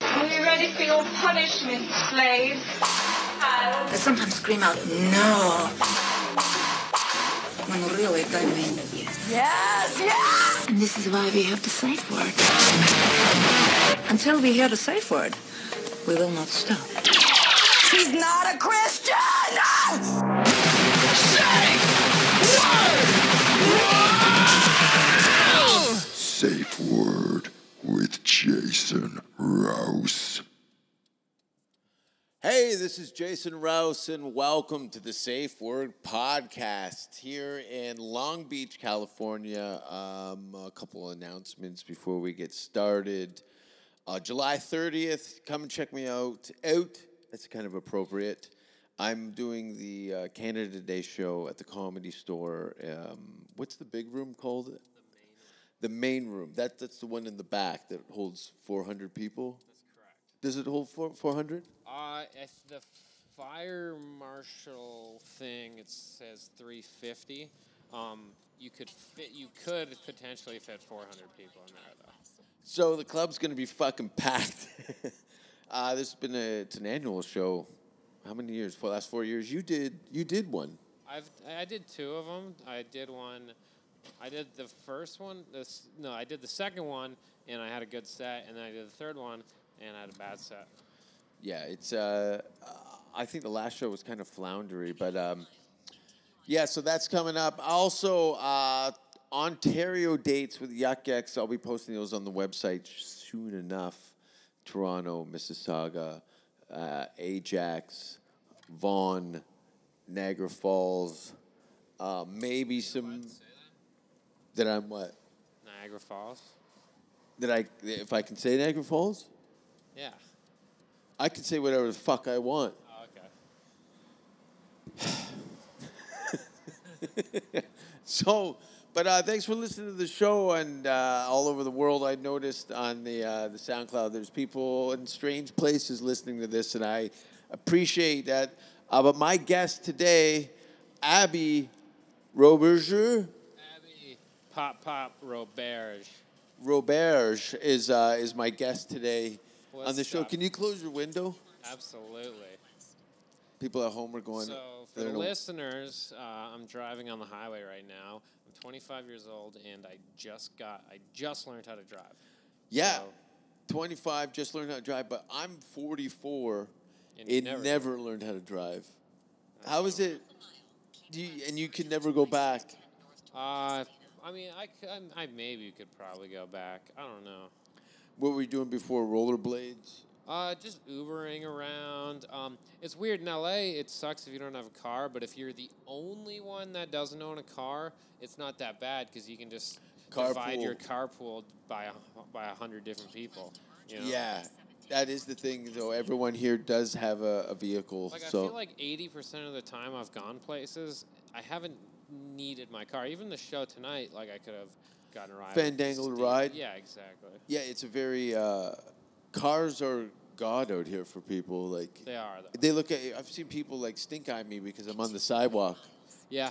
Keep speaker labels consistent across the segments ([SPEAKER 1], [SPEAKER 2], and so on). [SPEAKER 1] Be ready for your punishment, slaves.
[SPEAKER 2] I sometimes scream out, no. When really I mean, yes.
[SPEAKER 3] Yes, yes!
[SPEAKER 2] And this is why we have the safe word. Until we hear the safe word, we will not stop.
[SPEAKER 3] She's not a Christian! No!
[SPEAKER 4] Safe word!
[SPEAKER 5] word! Safe word with Jason Rouse.
[SPEAKER 6] Hey, this is Jason Rouse, and welcome to the Safe Word Podcast here in Long Beach, California. Um, a couple announcements before we get started. Uh, July 30th, come and check me out. Out, that's kind of appropriate. I'm doing the uh, Canada Day show at the comedy store. Um, what's the big room called? The main room. That, that's the one in the back that holds 400 people. Does it hold four four hundred?
[SPEAKER 7] Uh, if the fire marshal thing it says three fifty. Um, you could fit. You could potentially fit four hundred people in there though.
[SPEAKER 6] So the club's gonna be fucking packed. uh, this has been a it's an annual show. How many years? For the last four years, you did you did one.
[SPEAKER 7] I've I did two of them. I did one. I did the first one. This no, I did the second one, and I had a good set. And then I did the third one, and I had a bad set.
[SPEAKER 6] Yeah, it's. Uh, I think the last show was kind of floundery, but um, yeah. So that's coming up. Also, uh, Ontario dates with Yuck X. I'll be posting those on the website soon enough. Toronto, Mississauga, uh, Ajax, Vaughan, Niagara Falls, uh, maybe some. That I'm what?
[SPEAKER 7] Niagara Falls.
[SPEAKER 6] That I, if I can say Niagara Falls.
[SPEAKER 7] Yeah.
[SPEAKER 6] I can say whatever the fuck I want.
[SPEAKER 7] Oh,
[SPEAKER 6] okay. so, but uh, thanks for listening to the show and uh, all over the world. I noticed on the uh, the SoundCloud, there's people in strange places listening to this, and I appreciate that. Uh, but my guest today, Abby Roberger.
[SPEAKER 7] Abby Pop Pop Roberge.
[SPEAKER 6] Roberge is uh, is my guest today. What's on the show. Up? Can you close your window?
[SPEAKER 7] Absolutely.
[SPEAKER 6] People at home are going.
[SPEAKER 7] So for the listeners, uh, I'm driving on the highway right now. I'm 25 years old, and I just got. I just learned how to drive.
[SPEAKER 6] Yeah, so
[SPEAKER 7] Oh.
[SPEAKER 6] 25, just learned how to drive. But I'm 44, and, and never, never learned how to drive. That's how is it? You, and you can never go back.
[SPEAKER 7] Uh, I mean, I, I, I maybe could probably go back. I don't know
[SPEAKER 6] what were you doing before rollerblades?
[SPEAKER 7] Uh, just Ubering around. Um, it's weird in LA. It sucks if you don't have a car, but if you're the only one that doesn't own a car, it's not that bad because you can just carpool. divide your carpool by a, by a hundred different people. You know?
[SPEAKER 6] Yeah, that is the thing though. Everyone here does have a, a vehicle.
[SPEAKER 7] Like
[SPEAKER 6] so.
[SPEAKER 7] I feel like eighty percent of the time I've gone places, I haven't needed my car. Even the show tonight, like I could have gotten ride.
[SPEAKER 6] Fandangled ride.
[SPEAKER 7] Yeah, exactly.
[SPEAKER 6] Yeah, it's a very uh, cars are god out here for people. Like
[SPEAKER 7] they are. Though.
[SPEAKER 6] They look at. I've seen people like stink eye me because I'm on the sidewalk.
[SPEAKER 7] Yeah.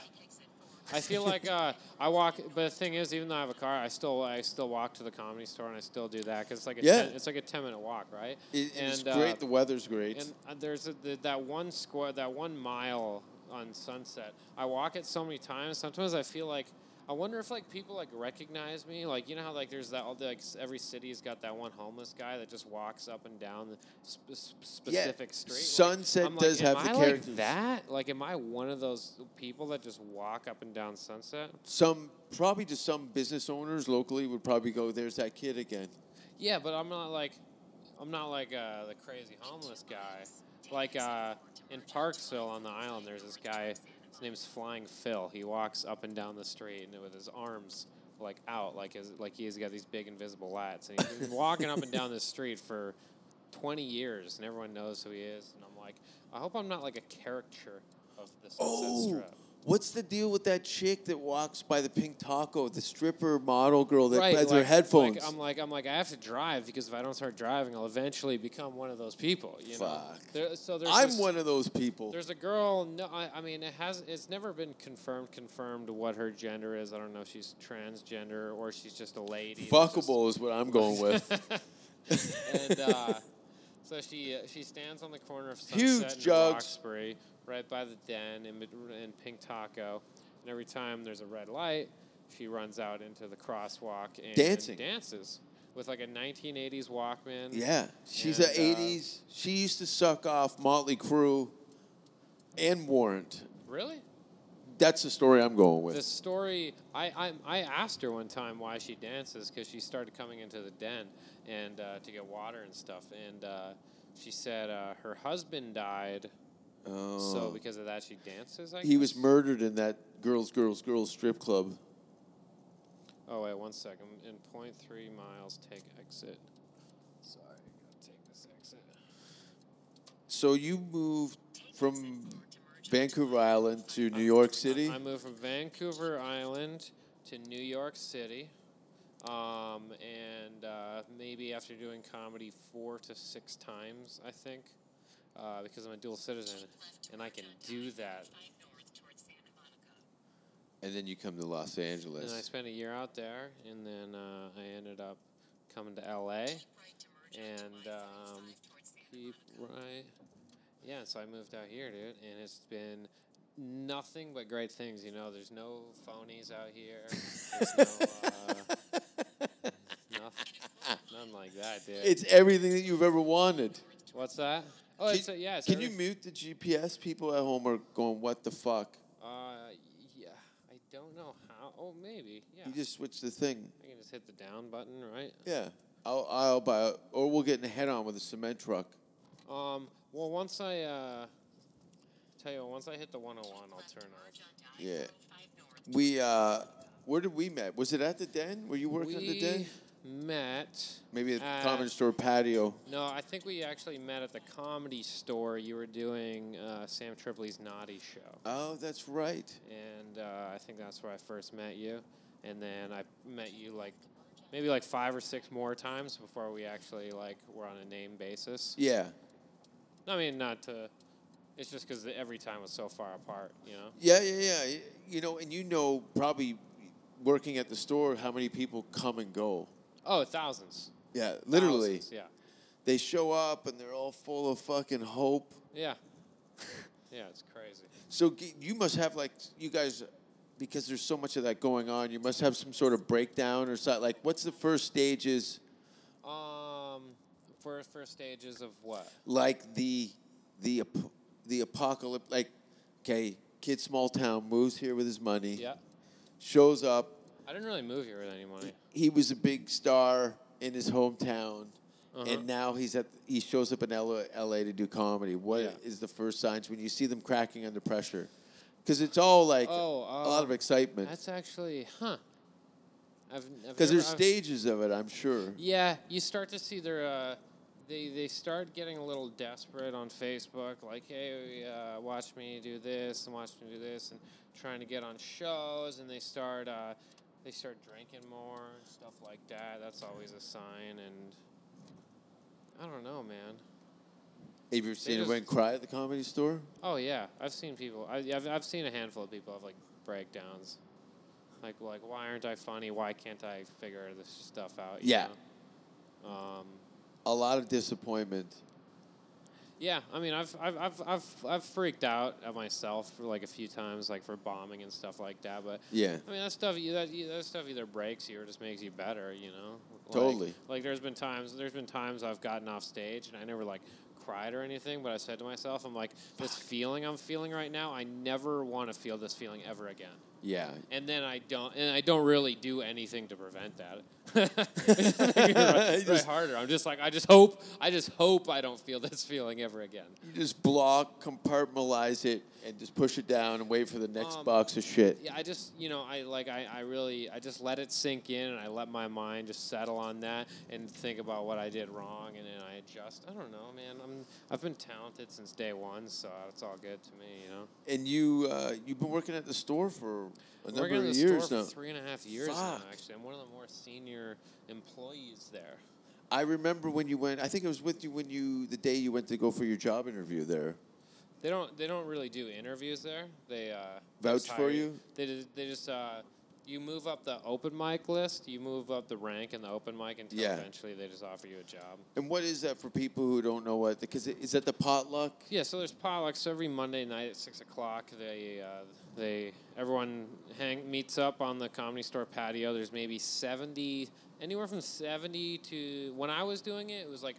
[SPEAKER 7] I feel like uh, I walk, but the thing is, even though I have a car, I still I still walk to the comedy store and I still do that because it's like a
[SPEAKER 6] yeah.
[SPEAKER 7] ten, it's like a ten minute walk, right?
[SPEAKER 6] It, and, it's great. Uh, the weather's great.
[SPEAKER 7] And uh, there's a, the, that one square, that one mile on Sunset. I walk it so many times. Sometimes I feel like I wonder if like people like recognize me. Like you know how like there's that like every city's got that one homeless guy that just walks up and down the sp- specific yeah. street.
[SPEAKER 6] Sunset
[SPEAKER 7] like,
[SPEAKER 6] does
[SPEAKER 7] like,
[SPEAKER 6] have
[SPEAKER 7] the
[SPEAKER 6] I characters.
[SPEAKER 7] Like that like am I one of those people that just walk up and down Sunset?
[SPEAKER 6] Some probably just some business owners locally would probably go. There's that kid again.
[SPEAKER 7] Yeah, but I'm not like I'm not like uh, the crazy homeless guy. Like uh, in Parksville on the island, there's this guy his name's Flying Phil. He walks up and down the street and with his arms like out, like his, like he's got these big invisible lats, and he's been walking up and down the street for 20 years, and everyone knows who he is. And I'm like, I hope I'm not like a caricature of the Sunset
[SPEAKER 6] oh,
[SPEAKER 7] Strip.
[SPEAKER 6] What's the deal with that chick that walks by the pink taco, the stripper model girl that
[SPEAKER 7] right,
[SPEAKER 6] has
[SPEAKER 7] like,
[SPEAKER 6] her headphones?
[SPEAKER 7] Like, I'm like, I'm like, I have to drive because if I don't start driving, I'll eventually become one of those people. You
[SPEAKER 6] Fuck.
[SPEAKER 7] know? There, so there's
[SPEAKER 6] I'm
[SPEAKER 7] this,
[SPEAKER 6] one of those people.
[SPEAKER 7] There's a girl. No, I, I, mean, it has. It's never been confirmed. Confirmed what her gender is. I don't know if she's transgender or she's just a lady.
[SPEAKER 6] Fuckable just, is what I'm going with.
[SPEAKER 7] and uh, So she uh, she stands on the corner of Sunset
[SPEAKER 6] Huge
[SPEAKER 7] and
[SPEAKER 6] jugs.
[SPEAKER 7] Roxbury, right by the den in, mid- in Pink Taco, and every time there's a red light, she runs out into the crosswalk and
[SPEAKER 6] Dancing.
[SPEAKER 7] dances with like a 1980s Walkman.
[SPEAKER 6] Yeah, she's
[SPEAKER 7] And,
[SPEAKER 6] a
[SPEAKER 7] uh,
[SPEAKER 6] '80s. She used to suck off Motley Crue and Warrant.
[SPEAKER 7] Really?
[SPEAKER 6] That's the story I'm going with.
[SPEAKER 7] The story I, I I asked her one time why she dances because she started coming into the den and uh, to get water and stuff, and uh, she said uh, her husband died,
[SPEAKER 6] Oh.
[SPEAKER 7] so because of that she dances. I
[SPEAKER 6] he was
[SPEAKER 7] guess?
[SPEAKER 6] murdered in that girls, girls, girls strip club.
[SPEAKER 7] Oh wait, one second. In point three miles, take exit. Sorry, gotta take this exit.
[SPEAKER 6] So you moved from Vancouver Island to New York City.
[SPEAKER 7] I moved from Vancouver Island to New York City, um, and uh, maybe after doing comedy four to six times, I think, uh, because I'm a dual citizen and I can do that.
[SPEAKER 6] And then you come to Los
[SPEAKER 7] And I
[SPEAKER 6] Angeles.
[SPEAKER 7] spent a year out there, and then uh, I ended up coming to LA, and um, keep right. Yeah, so I moved out here, dude, and it's been nothing but great things. You know, there's no phonies out here. There's no, uh, nothing, none like that, dude.
[SPEAKER 6] It's everything that you've ever wanted.
[SPEAKER 7] What's that? Oh,
[SPEAKER 6] Can,
[SPEAKER 7] it's, uh, yeah. It's
[SPEAKER 6] can you
[SPEAKER 7] every-
[SPEAKER 6] mute the GPS? People at home are going, "What the fuck?"
[SPEAKER 7] Uh, yeah. I don't know how. Oh, maybe. Yeah.
[SPEAKER 6] You just switch the thing.
[SPEAKER 7] I can just hit the down button, right?
[SPEAKER 6] Yeah, I'll, I'll buy, or we'll get in a head-on with a cement truck.
[SPEAKER 7] Um. Well, once I uh, tell you, what, once I hit the 101, I'll turn off.
[SPEAKER 6] Yeah. We, uh, where did we met? Was it at the den? Were you working at the den?
[SPEAKER 7] We uh, met.
[SPEAKER 6] Maybe at
[SPEAKER 7] at-
[SPEAKER 6] the common store patio.
[SPEAKER 7] No, I think we actually met at the comedy store. You were doing uh, Sam Tripoli's Naughty Show,
[SPEAKER 6] Oh, that's right.
[SPEAKER 7] and uh, I think that's where I first met you. And then I met you like maybe like five or six more times before we actually like were on a name basis.
[SPEAKER 6] Yeah,
[SPEAKER 7] I mean, not to. It's just because every time was so far apart, you know.
[SPEAKER 6] yeah, yeah, yeah. You know, and you know, probably working at the store, how many people come and go.
[SPEAKER 7] Oh, thousands.
[SPEAKER 6] Yeah, literally.
[SPEAKER 7] Thousands, yeah.
[SPEAKER 6] They show up and they're all full of fucking hope.
[SPEAKER 7] Yeah. yeah, it's crazy.
[SPEAKER 6] So g- you must have like you guys, because there's so much of that going on. You must have some sort of breakdown or something. Like, what's the first stages?
[SPEAKER 7] Um, for first stages of what?
[SPEAKER 6] Like the the ap- the apocalypse. Like, okay, kid, small town moves here with his money.
[SPEAKER 7] Yeah.
[SPEAKER 6] Shows up.
[SPEAKER 7] I didn't really move here with any money.
[SPEAKER 6] He was a big star in his hometown.
[SPEAKER 7] Uh-huh.
[SPEAKER 6] And now he's at he shows up in LA, LA to do comedy. What is
[SPEAKER 7] Yeah.
[SPEAKER 6] the first signs when you see them cracking under pressure? Because it's all like
[SPEAKER 7] Oh,
[SPEAKER 6] a lot
[SPEAKER 7] um,
[SPEAKER 6] of excitement.
[SPEAKER 7] That's actually, huh? I've
[SPEAKER 6] Because there's
[SPEAKER 7] stage.
[SPEAKER 6] stages of it, I'm sure.
[SPEAKER 7] Yeah, you start to see their. Uh, they, they start getting a little desperate on Facebook, like, hey, uh, watch me do this and watch me do this, and trying to get on shows, and they start uh, they start drinking more and stuff like that. That's always a sign, and I don't know, man.
[SPEAKER 6] Have you ever seen
[SPEAKER 7] just-
[SPEAKER 6] anyone cry at the comedy store?
[SPEAKER 7] Oh yeah, I've seen people. I, I've I've seen a handful of people have like breakdowns, like like why aren't I funny? Why can't I figure this stuff out? you
[SPEAKER 6] Yeah.
[SPEAKER 7] know? Um,
[SPEAKER 6] A lot of disappointment.
[SPEAKER 7] Yeah, I mean, I've I've I've I've, I've freaked out at myself for like a few times, like for bombing and stuff like that. But
[SPEAKER 6] Yeah.
[SPEAKER 7] I mean, that stuff you that you- that stuff either breaks you or just makes you better. You know. Like-
[SPEAKER 6] Totally.
[SPEAKER 7] Like there's been times there's been times I've gotten off stage and I never like cried or anything, but I said to myself, I'm like, this feeling I'm feeling right now, I never want to feel this feeling ever again.
[SPEAKER 6] Yeah.
[SPEAKER 7] And then I don't, and I don't really do anything to prevent that. It's
[SPEAKER 6] You
[SPEAKER 7] right,
[SPEAKER 6] just-
[SPEAKER 7] harder. I'm just like, I just hope, I just hope I don't feel this feeling ever again.
[SPEAKER 6] You just block, compartmentalize it, and just push it down and wait for the next
[SPEAKER 7] Um,
[SPEAKER 6] box of shit.
[SPEAKER 7] yeah, I just you know I like I, I really I just let it sink in and I let my mind just settle on that and think about what I did wrong and then I adjust. I don't know, man. I'm I've been talented since day one, so it's all good to me, you know.
[SPEAKER 6] And you, uh, you've been working at the store for a number
[SPEAKER 7] Working in
[SPEAKER 6] of
[SPEAKER 7] the
[SPEAKER 6] years
[SPEAKER 7] store
[SPEAKER 6] now.
[SPEAKER 7] for three and a half years now.
[SPEAKER 6] Fuck.
[SPEAKER 7] Actually, I'm one of the more senior employees there.
[SPEAKER 6] I remember when you went. I think it was with you when you the day you went to go for your job interview there.
[SPEAKER 7] They don't they don't really do interviews there. They uh,
[SPEAKER 6] Vouch
[SPEAKER 7] just
[SPEAKER 6] for
[SPEAKER 7] hire
[SPEAKER 6] you?
[SPEAKER 7] They ju- they just uh, you move up the open mic list, you move up the rank in the open mic until
[SPEAKER 6] Yeah.
[SPEAKER 7] eventually they just offer you a job.
[SPEAKER 6] And what is that for people who don't know what? Because is that the potluck?
[SPEAKER 7] Yeah, so there's potlucks every Monday night at six o'clock. They uh, they everyone hang meets up on the comedy store patio. There's maybe seventy, anywhere from seventy to when I was doing it, it was like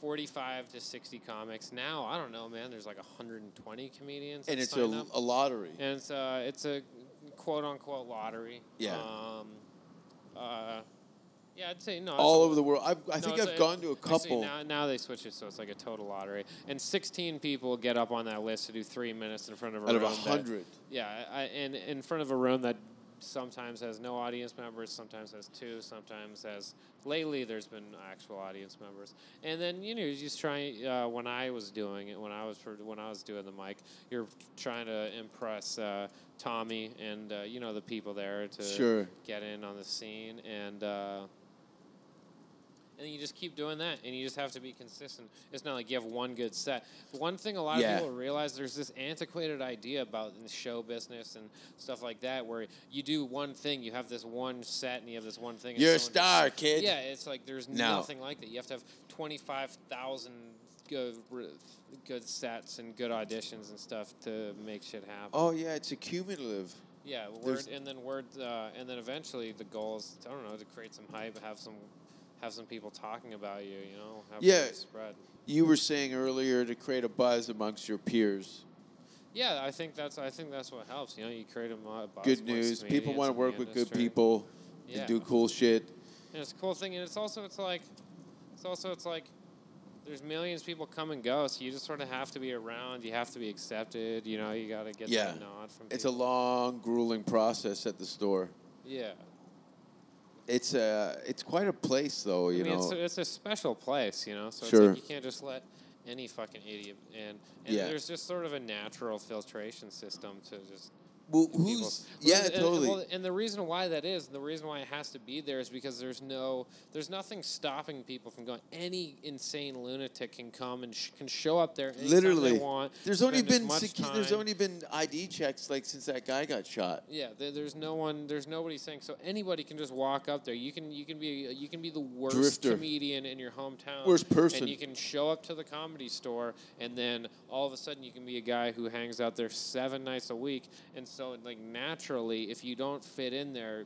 [SPEAKER 7] forty-five to sixty comics. Now I don't know, man. There's like hundred and twenty comedians.
[SPEAKER 6] And
[SPEAKER 7] that
[SPEAKER 6] it's a,
[SPEAKER 7] sign up.
[SPEAKER 6] a lottery.
[SPEAKER 7] and it's uh, it's a quote unquote lottery.
[SPEAKER 6] Yeah.
[SPEAKER 7] Um, uh, yeah, I'd say no. it's
[SPEAKER 6] all
[SPEAKER 7] a-
[SPEAKER 6] over the world. I've, I
[SPEAKER 7] no,
[SPEAKER 6] think
[SPEAKER 7] it's
[SPEAKER 6] I've
[SPEAKER 7] a-
[SPEAKER 6] gone to a
[SPEAKER 7] actually,
[SPEAKER 6] couple.
[SPEAKER 7] now, now they switch it so it's like a total lottery, and 16 people get up on that list to do three minutes in front of a
[SPEAKER 6] Out of
[SPEAKER 7] room
[SPEAKER 6] a
[SPEAKER 7] that-
[SPEAKER 6] hundred.
[SPEAKER 7] yeah, I, and in front of a room that sometimes has no audience members, sometimes has two, sometimes has. Lately, there's been actual audience members, and then you know you just try. Uh, when I was doing it, when I was for, when I was doing the mic, you're trying to impress uh, Tommy and uh, you know the people there to
[SPEAKER 6] Sure.
[SPEAKER 7] get in on the scene and. Uh, and you just keep doing that, and you just have to be consistent. It's not like you have one good set. One thing a lot
[SPEAKER 6] Yeah.
[SPEAKER 7] of people realize there's this antiquated idea about in the show business and stuff like that, where you do one thing, you have this one set, and you have this one thing. and
[SPEAKER 6] You're a
[SPEAKER 7] someone just-
[SPEAKER 6] star, kid.
[SPEAKER 7] Yeah, it's like there's
[SPEAKER 6] No.
[SPEAKER 7] nothing like that. You have to have twenty five thousand good, r- good sets and good auditions and stuff to make shit happen.
[SPEAKER 6] Oh yeah, it's a cumulative.
[SPEAKER 7] Yeah, word,
[SPEAKER 6] There's-
[SPEAKER 7] and then word, uh, and then eventually the goal is I don't know to create some hype, have some, have some people talking about you, you know, have
[SPEAKER 6] Yeah.
[SPEAKER 7] word spread.
[SPEAKER 6] You were saying earlier to create a buzz amongst your peers.
[SPEAKER 7] Yeah, I think that's I think that's what helps. You know, you create a mo- buzz
[SPEAKER 6] Good
[SPEAKER 7] amongst
[SPEAKER 6] news. People
[SPEAKER 7] comedians
[SPEAKER 6] want to
[SPEAKER 7] in the
[SPEAKER 6] work with good
[SPEAKER 7] industry.
[SPEAKER 6] people
[SPEAKER 7] Yeah.
[SPEAKER 6] and do cool shit.
[SPEAKER 7] And it's a cool thing, and it's also it's like, it's also it's like, there's millions of people come and go, so you just sort of have to be around. You have to be accepted. You know, you got to get
[SPEAKER 6] Yeah.
[SPEAKER 7] that nod from.
[SPEAKER 6] It's a
[SPEAKER 7] people.
[SPEAKER 6] long, grueling process at the store.
[SPEAKER 7] Yeah,
[SPEAKER 6] It's a, it's quite a place though. You
[SPEAKER 7] I mean,
[SPEAKER 6] know.
[SPEAKER 7] it's a, it's a special place, you know. So
[SPEAKER 6] Sure.
[SPEAKER 7] it's like you can't just let any fucking idiot in. And
[SPEAKER 6] Yeah.
[SPEAKER 7] there's just sort of a natural filtration system to just
[SPEAKER 6] well,
[SPEAKER 7] people.
[SPEAKER 6] who's? Yeah,
[SPEAKER 7] and, and-
[SPEAKER 6] totally.
[SPEAKER 7] well, and the reason why that is, and the reason why it has to be there, is because there's no, there's nothing stopping people from going. Any insane lunatic can come and sh- can show up there. anytime
[SPEAKER 6] Literally.
[SPEAKER 7] they want.
[SPEAKER 6] There's only
[SPEAKER 7] spend as
[SPEAKER 6] been
[SPEAKER 7] much
[SPEAKER 6] secu- there's
[SPEAKER 7] time.
[SPEAKER 6] only been ID checks like since that guy got shot.
[SPEAKER 7] Yeah, there, there's no one, there's nobody saying so. Anybody can just walk up there. You can, you can be, you can be the worst
[SPEAKER 6] Drifter.
[SPEAKER 7] comedian in your hometown,
[SPEAKER 6] Worst person.
[SPEAKER 7] and you can show up to the comedy store, and then all of a sudden you can be a guy who hangs out there seven nights a week, and so like naturally, if you don't fit in there,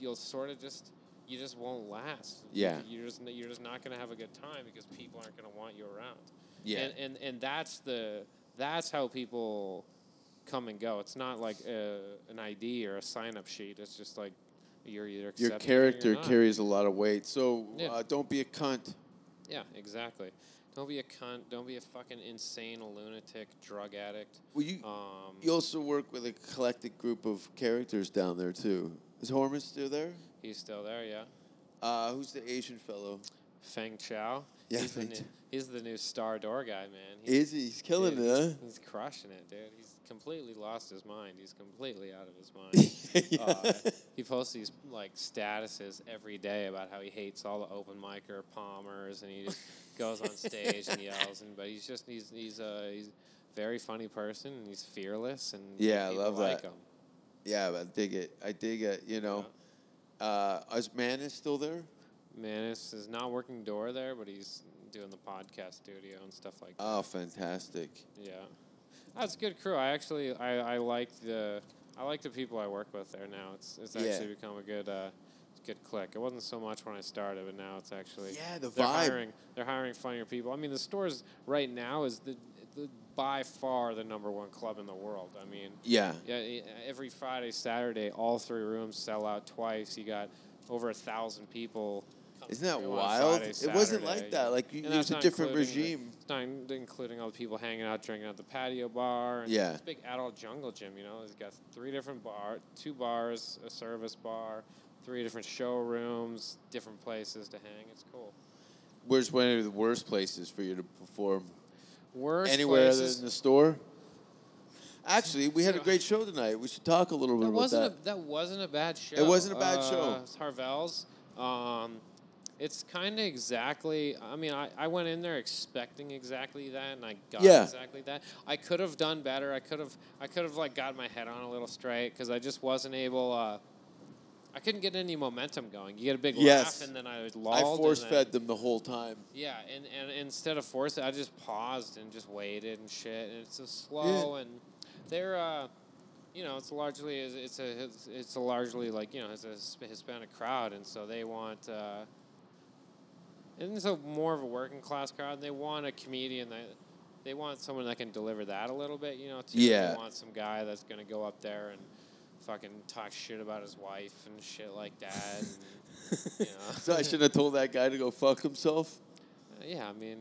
[SPEAKER 7] you'll sort of just. You just won't last.
[SPEAKER 6] Yeah.
[SPEAKER 7] you're just you're just not gonna have a good time because people aren't gonna want you around.
[SPEAKER 6] Yeah.
[SPEAKER 7] and and, and that's the that's how people come and go. It's not like a, an ID or a sign up sheet. It's just like you're either accepted
[SPEAKER 6] Your
[SPEAKER 7] or
[SPEAKER 6] character
[SPEAKER 7] you're not.
[SPEAKER 6] carries a lot of weight, so
[SPEAKER 7] Yeah.
[SPEAKER 6] uh, don't be a cunt.
[SPEAKER 7] Yeah, exactly. Don't be a cunt. Don't be a fucking insane lunatic drug addict.
[SPEAKER 6] Well, you
[SPEAKER 7] Um,
[SPEAKER 6] you also work with a collected group of characters down there too. Is Horman still there?
[SPEAKER 7] he's still there, yeah.
[SPEAKER 6] Uh, who's the Asian fellow?
[SPEAKER 7] Feng Chao.
[SPEAKER 6] Yeah,
[SPEAKER 7] he's,
[SPEAKER 6] Feng
[SPEAKER 7] the
[SPEAKER 6] Chao.
[SPEAKER 7] new, he's the new star door guy, man. He's,
[SPEAKER 6] Is he? He's killing
[SPEAKER 7] dude,
[SPEAKER 6] it,
[SPEAKER 7] he's, he's crushing it, dude. He's completely lost his mind. He's completely out of his mind.
[SPEAKER 6] huh? Yeah.
[SPEAKER 7] uh, he posts these like statuses every day about how he hates all the open micer palmers and he just goes on stage and yells and but he's just he's he's uh, he's a very funny person and he's fearless and
[SPEAKER 6] Yeah, I
[SPEAKER 7] people
[SPEAKER 6] love
[SPEAKER 7] like
[SPEAKER 6] that.
[SPEAKER 7] him.
[SPEAKER 6] yeah, but I dig it. I dig it. You know, uh, is Manis still there?
[SPEAKER 7] Manis is not working door there, but he's doing the podcast studio and stuff like that.
[SPEAKER 6] Oh, fantastic.
[SPEAKER 7] yeah, that's a good crew. I actually I, I like the I like the people I work with there now. It's it's
[SPEAKER 6] Yeah.
[SPEAKER 7] actually become a good uh, good click. It wasn't so much when I started, but now it's actually
[SPEAKER 6] Yeah, the
[SPEAKER 7] they're
[SPEAKER 6] vibe.
[SPEAKER 7] Hiring, they're hiring funnier people. I mean, the stores right now is the, the by far the number one club in the world. I mean,
[SPEAKER 6] Yeah.
[SPEAKER 7] yeah, e- every Friday, Saturday, all three rooms sell out twice. You got over a thousand people. coming
[SPEAKER 6] Isn't that
[SPEAKER 7] through on
[SPEAKER 6] wild?
[SPEAKER 7] Friday,
[SPEAKER 6] It wasn't
[SPEAKER 7] Saturday,
[SPEAKER 6] like
[SPEAKER 7] you
[SPEAKER 6] that.
[SPEAKER 7] know.
[SPEAKER 6] Like, you-
[SPEAKER 7] And
[SPEAKER 6] it was
[SPEAKER 7] that's
[SPEAKER 6] a
[SPEAKER 7] not
[SPEAKER 6] differegime.
[SPEAKER 7] including the- it's not including all the people hanging out, drinking at the patio bar. And
[SPEAKER 6] Yeah.
[SPEAKER 7] It's a big adult jungle gym. You know, it's got three different bar, two bars, a service bar, three different showrooms, different places to hang. It's cool.
[SPEAKER 6] Where's one of the worst places for you to perform?
[SPEAKER 7] Worst
[SPEAKER 6] Anywhere other
[SPEAKER 7] places.
[SPEAKER 6] than the store? Actually, we had a great show tonight. We should talk a little bit
[SPEAKER 7] That
[SPEAKER 6] about
[SPEAKER 7] wasn't
[SPEAKER 6] that.
[SPEAKER 7] A, that wasn't a bad show.
[SPEAKER 6] wasn't a bad
[SPEAKER 7] Uh,
[SPEAKER 6] show.
[SPEAKER 7] It's Harvell's. Um, it's kind of exactly. I mean, I, I went in there expecting exactly that, and I got
[SPEAKER 6] Yeah.
[SPEAKER 7] exactly that. I could have done better. I could have I could have like got my head on a little straight because I just wasn't able. Uh, I couldn't get any momentum going. You get a big
[SPEAKER 6] Yes.
[SPEAKER 7] laugh, and then I was
[SPEAKER 6] I
[SPEAKER 7] lulled. and
[SPEAKER 6] force
[SPEAKER 7] then-
[SPEAKER 6] fed them the whole time.
[SPEAKER 7] Yeah, and, and instead of force it, I just paused and just waited and shit. And it's so slow, and they're, uh, you know, it's largely it's a it's, it's a largely like you know it's a Hisp- Hispanic crowd, and so they want. Uh, and it's a more of a working class crowd. They want a comedian that they want someone that can deliver that a little bit, you know. Too.
[SPEAKER 6] Yeah.
[SPEAKER 7] They want some guy that's gonna go up there and fucking talk shit about his wife and shit like that. And, you know.
[SPEAKER 6] So I shouldn't have told that guy to go fuck himself
[SPEAKER 7] yeah, I mean,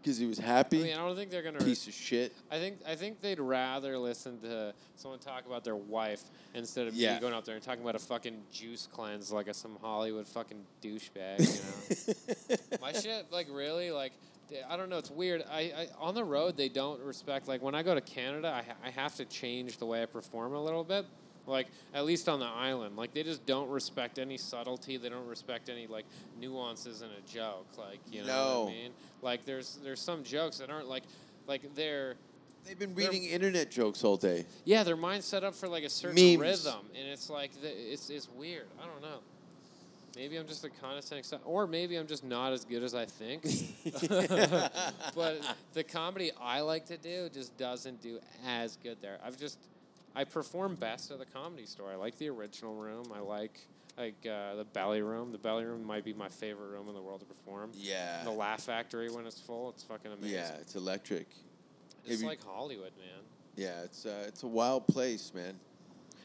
[SPEAKER 6] because he was
[SPEAKER 7] I
[SPEAKER 6] happy.
[SPEAKER 7] mean, I don't think they're gonna
[SPEAKER 6] Piece of shit.
[SPEAKER 7] I think I think they'd rather listen to someone talk about their wife instead of
[SPEAKER 6] Yeah.
[SPEAKER 7] me going out there and talking about a fucking juice cleanse like a, some Hollywood fucking douchebag. You know, my shit like really like th- I don't know. It's weird. I, I on the road they don't respect like when I go to Canada I, ha- I have to change the way I perform a little bit. Like at least on the island, like they just don't respect any subtlety. They don't respect any like nuances in a joke. Like you know
[SPEAKER 6] No.
[SPEAKER 7] what I mean? Like there's there's some jokes that aren't like like they're
[SPEAKER 6] They've been
[SPEAKER 7] They're-
[SPEAKER 6] reading internet jokes all day.
[SPEAKER 7] yeah, their mind's set up for like a certain
[SPEAKER 6] Memes.
[SPEAKER 7] rhythm, and it's like the, it's it's weird. I don't know. Maybe I'm just a condescending, son- or maybe I'm just not as good as I think. but the comedy I like to do just doesn't do as good there. I've just I perform best at the comedy store. I like the original room. I like like uh, the belly room. The belly room might be my favorite room in the world to perform.
[SPEAKER 6] Yeah.
[SPEAKER 7] The Laugh Factory when it's full, it's fucking amazing.
[SPEAKER 6] Yeah, it's electric.
[SPEAKER 7] It's
[SPEAKER 6] Have you-
[SPEAKER 7] like Hollywood, man.
[SPEAKER 6] Yeah, it's uh, it's a wild place, man.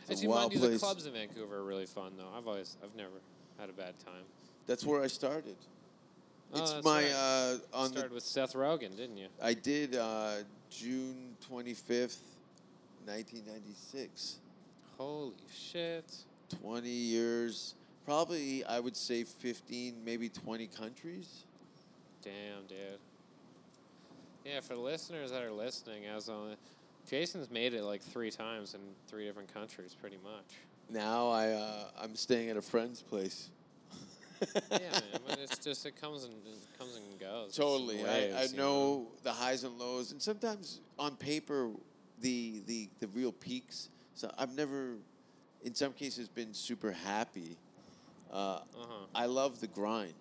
[SPEAKER 6] It's a
[SPEAKER 7] I do
[SPEAKER 6] wild
[SPEAKER 7] mind you, the
[SPEAKER 6] place.
[SPEAKER 7] clubs in Vancouver are really fun, though. I've always, I've never had a bad time.
[SPEAKER 6] That's where I started.
[SPEAKER 7] Oh,
[SPEAKER 6] it's
[SPEAKER 7] that's
[SPEAKER 6] my
[SPEAKER 7] right.
[SPEAKER 6] uh,
[SPEAKER 7] You
[SPEAKER 6] on the
[SPEAKER 7] started with Seth Rogen, didn't you?
[SPEAKER 6] I did uh, June twenty fifth, nineteen ninety six.
[SPEAKER 7] Holy shit!
[SPEAKER 6] 20 years, probably I would say 15, maybe 20 countries.
[SPEAKER 7] Damn, dude. Yeah, for listeners that are listening, as on, Jason's made it like three times in three different countries, pretty much.
[SPEAKER 6] Now I uh, I'm staying at a friend's place.
[SPEAKER 7] Yeah, man. But it's just it comes and it comes and goes. It's
[SPEAKER 6] Totally, I, I
[SPEAKER 7] waves, you
[SPEAKER 6] know the highs and lows, and sometimes on paper, the the the real peaks. So I've never, in some cases, been super happy. Uh,
[SPEAKER 7] Uh-huh.
[SPEAKER 6] I love the grind.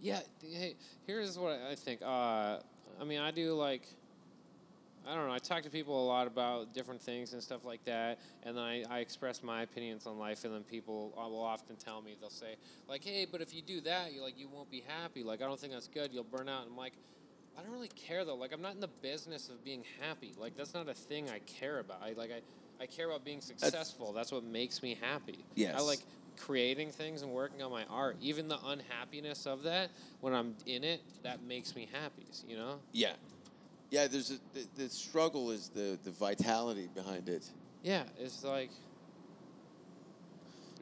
[SPEAKER 7] Yeah. th- Hey, here's what I think. Uh, I mean, I do like. I don't know. I talk to people a lot about different things and stuff like that, and then I, I express my opinions on life, and then people uh, will often tell me they'll say like, "Hey, but if you do that, you like you won't be happy. Like, I don't think that's good. You'll burn out." I'm like, I don't really care though. Like, I'm not in the business of being happy. Like, that's not a thing I care about. I like I, I care about being successful. That's, what makes me happy.
[SPEAKER 6] Yes.
[SPEAKER 7] I like creating things and working on my art. Even the unhappiness of that, when I'm in it, that makes me happy. You know?
[SPEAKER 6] Yeah, yeah. There's a, the, the struggle is the the vitality behind it.
[SPEAKER 7] Yeah, it's like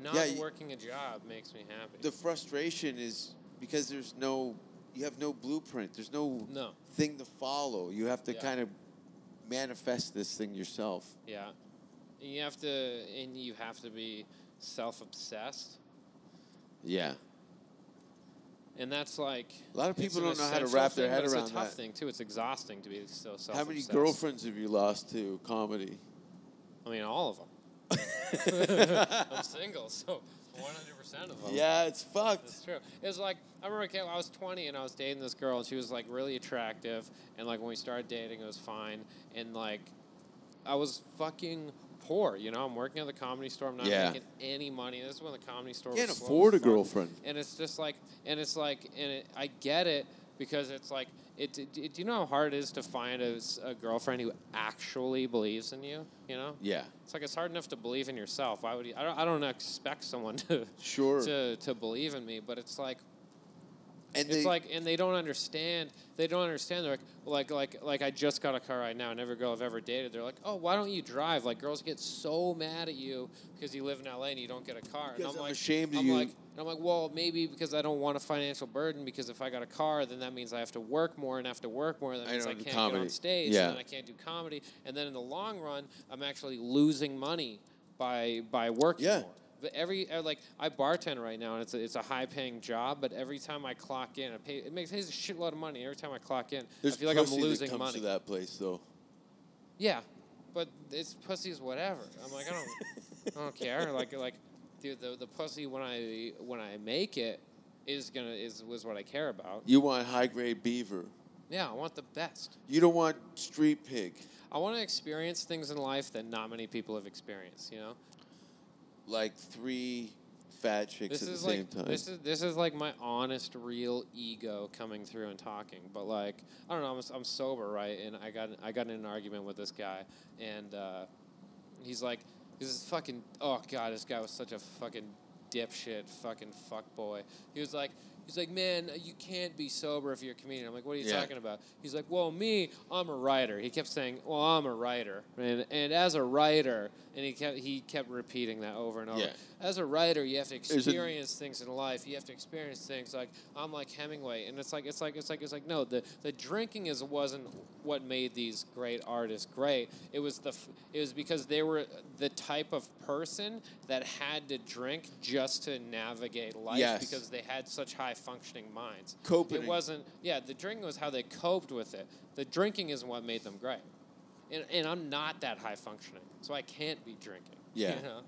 [SPEAKER 7] not
[SPEAKER 6] Yeah, y-
[SPEAKER 7] working a job makes me happy.
[SPEAKER 6] the frustration is because there's no you have no blueprint there's no
[SPEAKER 7] No.
[SPEAKER 6] thing to follow you have to
[SPEAKER 7] Yeah.
[SPEAKER 6] kind of manifest this thing yourself
[SPEAKER 7] yeah, and you have to, and you have to be self-obsessed,
[SPEAKER 6] yeah
[SPEAKER 7] and that's like
[SPEAKER 6] A lot of
[SPEAKER 7] it's
[SPEAKER 6] people
[SPEAKER 7] an
[SPEAKER 6] don't know how to
[SPEAKER 7] essential
[SPEAKER 6] wrap their
[SPEAKER 7] thing,
[SPEAKER 6] head
[SPEAKER 7] but it's
[SPEAKER 6] around
[SPEAKER 7] a tough
[SPEAKER 6] that.
[SPEAKER 7] thing too. It's exhausting to be so self.
[SPEAKER 6] how many girlfriends have you lost to comedy
[SPEAKER 7] I mean, all of them. I'm single, so 100 percent of them.
[SPEAKER 6] yeah it's fucked
[SPEAKER 7] That's true. It was like I remember okay, I was 20 and I was dating this girl, and she was like really attractive, and like when we started dating, it was fine, and like I was fucking poor, you know. I'm working at the comedy store. I'm not
[SPEAKER 6] Yeah.
[SPEAKER 7] making any money. This is when the comedy store
[SPEAKER 6] Can't
[SPEAKER 7] was slow
[SPEAKER 6] afford
[SPEAKER 7] as
[SPEAKER 6] a
[SPEAKER 7] fuck.
[SPEAKER 6] girlfriend.
[SPEAKER 7] And it's just like, and it's like, and it, I get it because it's like, it, it, do you know how hard it is to find a, s- a girlfriend who actually believes in you? You know.
[SPEAKER 6] yeah
[SPEAKER 7] It's like it's hard enough to believe in yourself. Why would you? I don't, I don't expect someone to
[SPEAKER 6] Sure.
[SPEAKER 7] to to believe in me, but it's like
[SPEAKER 6] and
[SPEAKER 7] it's
[SPEAKER 6] they-
[SPEAKER 7] like and they don't understand. They don't understand. They're like like like like I just got a car right now, and every girl I've ever dated, they're like, oh, why don't you drive? Like girls get so mad at you because you live in LA and you don't get a car. and
[SPEAKER 6] Because
[SPEAKER 7] I'm,
[SPEAKER 6] I'm
[SPEAKER 7] like
[SPEAKER 6] ashamed of
[SPEAKER 7] I'm
[SPEAKER 6] you.
[SPEAKER 7] Like, and I'm like, well, maybe because I don't want a financial burden. Because if I got a car, then that means I have to work more, and I have to work more. That
[SPEAKER 6] I
[SPEAKER 7] means I,
[SPEAKER 6] don't do
[SPEAKER 7] can't get
[SPEAKER 6] comedy.
[SPEAKER 7] on stage,
[SPEAKER 6] Yeah.
[SPEAKER 7] and then I can't do comedy. And then in the long run, I'm actually losing money by by working
[SPEAKER 6] Yeah.
[SPEAKER 7] more. But every uh, like I bartend right now, and it's a, it's a high paying job. But every time I clock in, I pay. It makes pays a shitload of money. Every time I clock in,
[SPEAKER 6] there's
[SPEAKER 7] I feel like I'm
[SPEAKER 6] pussy that
[SPEAKER 7] losing
[SPEAKER 6] comes
[SPEAKER 7] money.
[SPEAKER 6] to that place though
[SPEAKER 7] Yeah, but it's pussy's whatever. I'm like I don't I don't care. Like like. dude, the, the pussy when I when I make it is gonna is was what I care about.
[SPEAKER 6] You want high grade beaver.
[SPEAKER 7] Yeah, I want the best.
[SPEAKER 6] You don't want street pig.
[SPEAKER 7] I want to experience things in life that not many people have experienced. You know,
[SPEAKER 6] Like three fat chicks
[SPEAKER 7] this
[SPEAKER 6] at the
[SPEAKER 7] is
[SPEAKER 6] same
[SPEAKER 7] like
[SPEAKER 6] time.
[SPEAKER 7] this is this is like my honest, real ego coming through and talking. But like, I don't know, I'm, s- I'm sober, right? And I got I got in an argument with this guy, and uh, he's like, this is fucking. Oh god, this guy was such a fucking dipshit, fucking fuckboy. He was like. He's like, man, you can't be sober if you're a comedian. I'm like, what are you
[SPEAKER 6] Yeah.
[SPEAKER 7] talking about? He's like, well, me, I'm a writer. He kept saying, well, I'm a writer, and and as a writer, and he kept he kept repeating that over and over.
[SPEAKER 6] Yeah.
[SPEAKER 7] As a writer, you have to
[SPEAKER 6] There's a-
[SPEAKER 7] experience things in life. You have to experience things like I'm like Hemingway, and it's like it's like it's like it's like no, the the drinking is wasn't what made these great artists great. It was the f- it was because they were the type of person that had to drink just to navigate life
[SPEAKER 6] Yes.
[SPEAKER 7] because they had such high functioning minds.
[SPEAKER 6] Coping.
[SPEAKER 7] It wasn't yeah. The drinking was how they coped with it. The drinking is what made them great. And, and I'm not that high functioning, so I can't be drinking.
[SPEAKER 6] Yeah.
[SPEAKER 7] You know?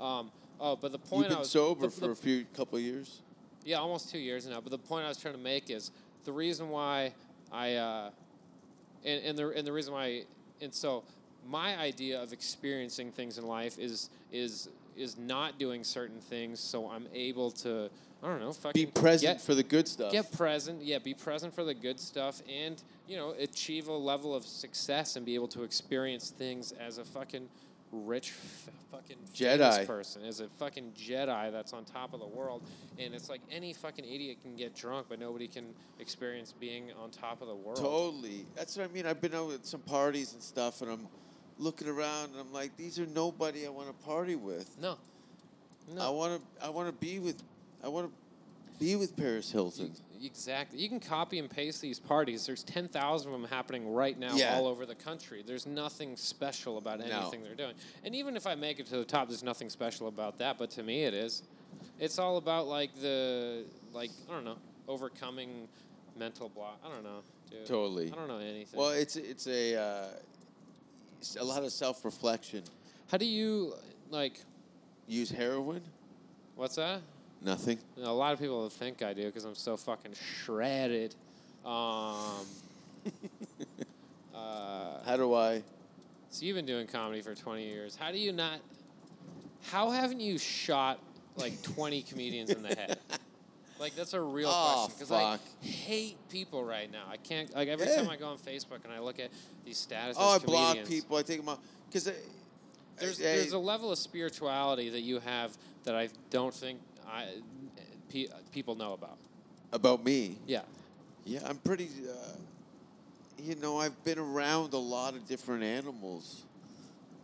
[SPEAKER 7] Um, oh, but the point
[SPEAKER 6] You've been
[SPEAKER 7] I was
[SPEAKER 6] sober
[SPEAKER 7] the-
[SPEAKER 6] for
[SPEAKER 7] the-
[SPEAKER 6] a few couple of years.
[SPEAKER 7] yeah, almost two years now. But the point I was trying to make is the reason why I uh, and, and the and the reason why and so my idea of experiencing things in life is is is not doing certain things, so I'm able to I don't know fucking
[SPEAKER 6] Be present
[SPEAKER 7] get-
[SPEAKER 6] for the good stuff.
[SPEAKER 7] Get present, yeah. Be present for the good stuff, and you know, achieve a level of success and be able to experience things as a fucking rich, f- fucking famous
[SPEAKER 6] Jedi.
[SPEAKER 7] person, as a fucking Jedi that's on top of the world. And it's like any fucking idiot can get drunk, but nobody can experience being on top of the world.
[SPEAKER 6] Totally. That's what I mean. I've been out at some parties and stuff, and I'm looking around, and I'm like, these are nobody I want to party with.
[SPEAKER 7] No, no.
[SPEAKER 6] I want to. I want to be with. I want to be with Paris Hilton.
[SPEAKER 7] Exactly. You can copy and paste these parties. There's 10,000 of them happening right now
[SPEAKER 6] Yeah.
[SPEAKER 7] all over the country. There's nothing special about
[SPEAKER 6] No.
[SPEAKER 7] anything they're doing. And even if I make it to the top, there's nothing special about that, but to me it is. It's all about like the like I don't know, overcoming mental block. I don't know, dude.
[SPEAKER 6] Totally.
[SPEAKER 7] I don't know anything.
[SPEAKER 6] Well, it's it's a uh, it's a lot of self reflection.
[SPEAKER 7] How do you like
[SPEAKER 6] Use heroin?
[SPEAKER 7] what's that?
[SPEAKER 6] Nothing.
[SPEAKER 7] You know, a lot of people think I do because I'm so fucking shredded. Um uh
[SPEAKER 6] How do I?
[SPEAKER 7] So you've been doing comedy for 20 years. How do you not? How haven't you shot like 20 comedians in the head? Like that's a real
[SPEAKER 6] Oh,
[SPEAKER 7] question because
[SPEAKER 6] fuck.
[SPEAKER 7] I hate people right now. I can't like every
[SPEAKER 6] Yeah.
[SPEAKER 7] time I go on Facebook and I look at these statuses.
[SPEAKER 6] Oh, I
[SPEAKER 7] comedians,
[SPEAKER 6] block people. I take them off because
[SPEAKER 7] There's there's a level of spirituality that you have that I don't think I pe- people know about.
[SPEAKER 6] about me.
[SPEAKER 7] Yeah,
[SPEAKER 6] Yeah, I'm pretty. Uh, you know, I've been around a lot of different animals,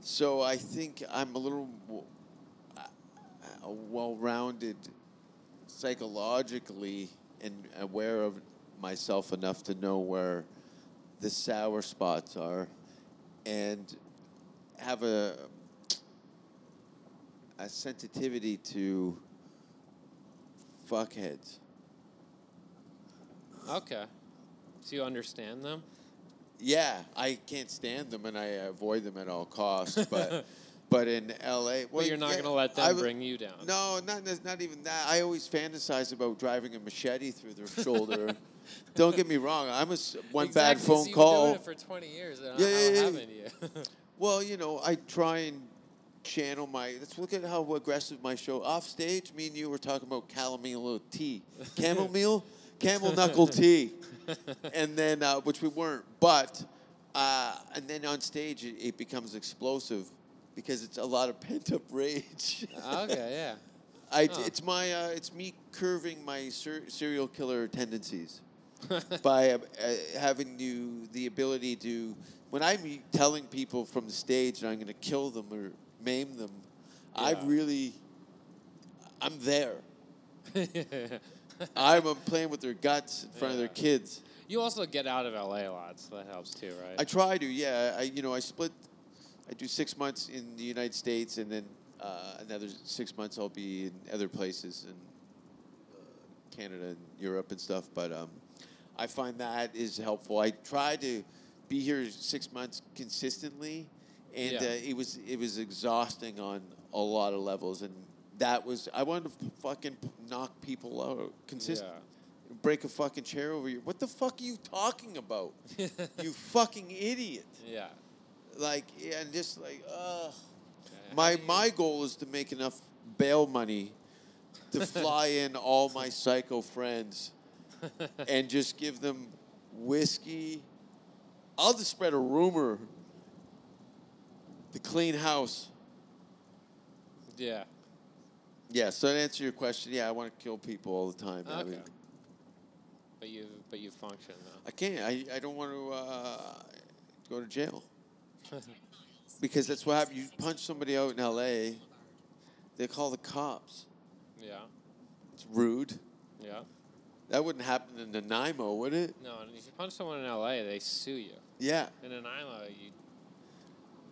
[SPEAKER 6] so I think I'm a little w- uh, well-rounded psychologically and aware of myself enough to know where the sour spots are, and have a a sensitivity to fuckheads.
[SPEAKER 7] okay. So you understand them?
[SPEAKER 6] Yeah, I can't stand them and I avoid them at all costs. But but in L.A., well,
[SPEAKER 7] but you're not
[SPEAKER 6] yeah,
[SPEAKER 7] gonna let them
[SPEAKER 6] I w-
[SPEAKER 7] bring you down.
[SPEAKER 6] No, not that's not even that. I always fantasize about driving a machete through their shoulder. Don't get me wrong. I'm a s- one bad
[SPEAKER 7] Exactly, so
[SPEAKER 6] phone
[SPEAKER 7] you've been
[SPEAKER 6] call.
[SPEAKER 7] Doing it for 20 years, and
[SPEAKER 6] Yeah,
[SPEAKER 7] how
[SPEAKER 6] yeah, yeah.
[SPEAKER 7] haven't you?
[SPEAKER 6] Well, you know, I try and channel my. Let's look at how aggressive my show. Off stage, me and you were talking about chamomile tea, camel meal, camel knuckle tea, and then uh, which we weren't. But uh, and then on stage, it, it becomes explosive because it's a lot of pent up rage.
[SPEAKER 7] Ah. Oh, okay, yeah.
[SPEAKER 6] I,
[SPEAKER 7] Huh.
[SPEAKER 6] It's my uh, it's me curving my ser- serial killer tendencies by uh, uh, having you the ability to when I'm e-, telling people from the stage that I'm going to kill them or maim them, I
[SPEAKER 7] Yeah.
[SPEAKER 6] really I'm there. I'm uh, playing with their guts in front of their
[SPEAKER 7] Yeah.
[SPEAKER 6] kids.
[SPEAKER 7] you also get out of LA a lot, so that helps too, right?
[SPEAKER 6] I try to, yeah. I you know I split. I do six months in the United States, and then uh, another six months I'll be in other places in uh, Canada and Europe and stuff. But um, I find that is helpful. I try to be here six months consistently, and
[SPEAKER 7] Yeah.
[SPEAKER 6] uh, it was it was exhausting on a lot of levels, and that was I wanted to fucking knock people out consistently. Break a fucking chair over you. What the fuck are you talking about? you fucking idiot.
[SPEAKER 7] Yeah.
[SPEAKER 6] Like, yeah, and just like, ugh. My my goal is to make enough bail money to fly in all my psycho friends and just give them whiskey. I'll just spread a rumor to clean house.
[SPEAKER 7] Yeah.
[SPEAKER 6] Yeah, so to answer your question, yeah, I want to kill people all the time. I,
[SPEAKER 7] Okay.
[SPEAKER 6] mean,
[SPEAKER 7] But you but you function though.
[SPEAKER 6] I can't. I, I don't want to uh, go to jail. because that's what happened. You punch somebody out in L.A., they call the cops.
[SPEAKER 7] Yeah.
[SPEAKER 6] It's rude.
[SPEAKER 7] Yeah.
[SPEAKER 6] That wouldn't happen in Nanaimo, would it?
[SPEAKER 7] No, and if you punch someone in LA, they sue you.
[SPEAKER 6] Yeah.
[SPEAKER 7] In Nanaimo, you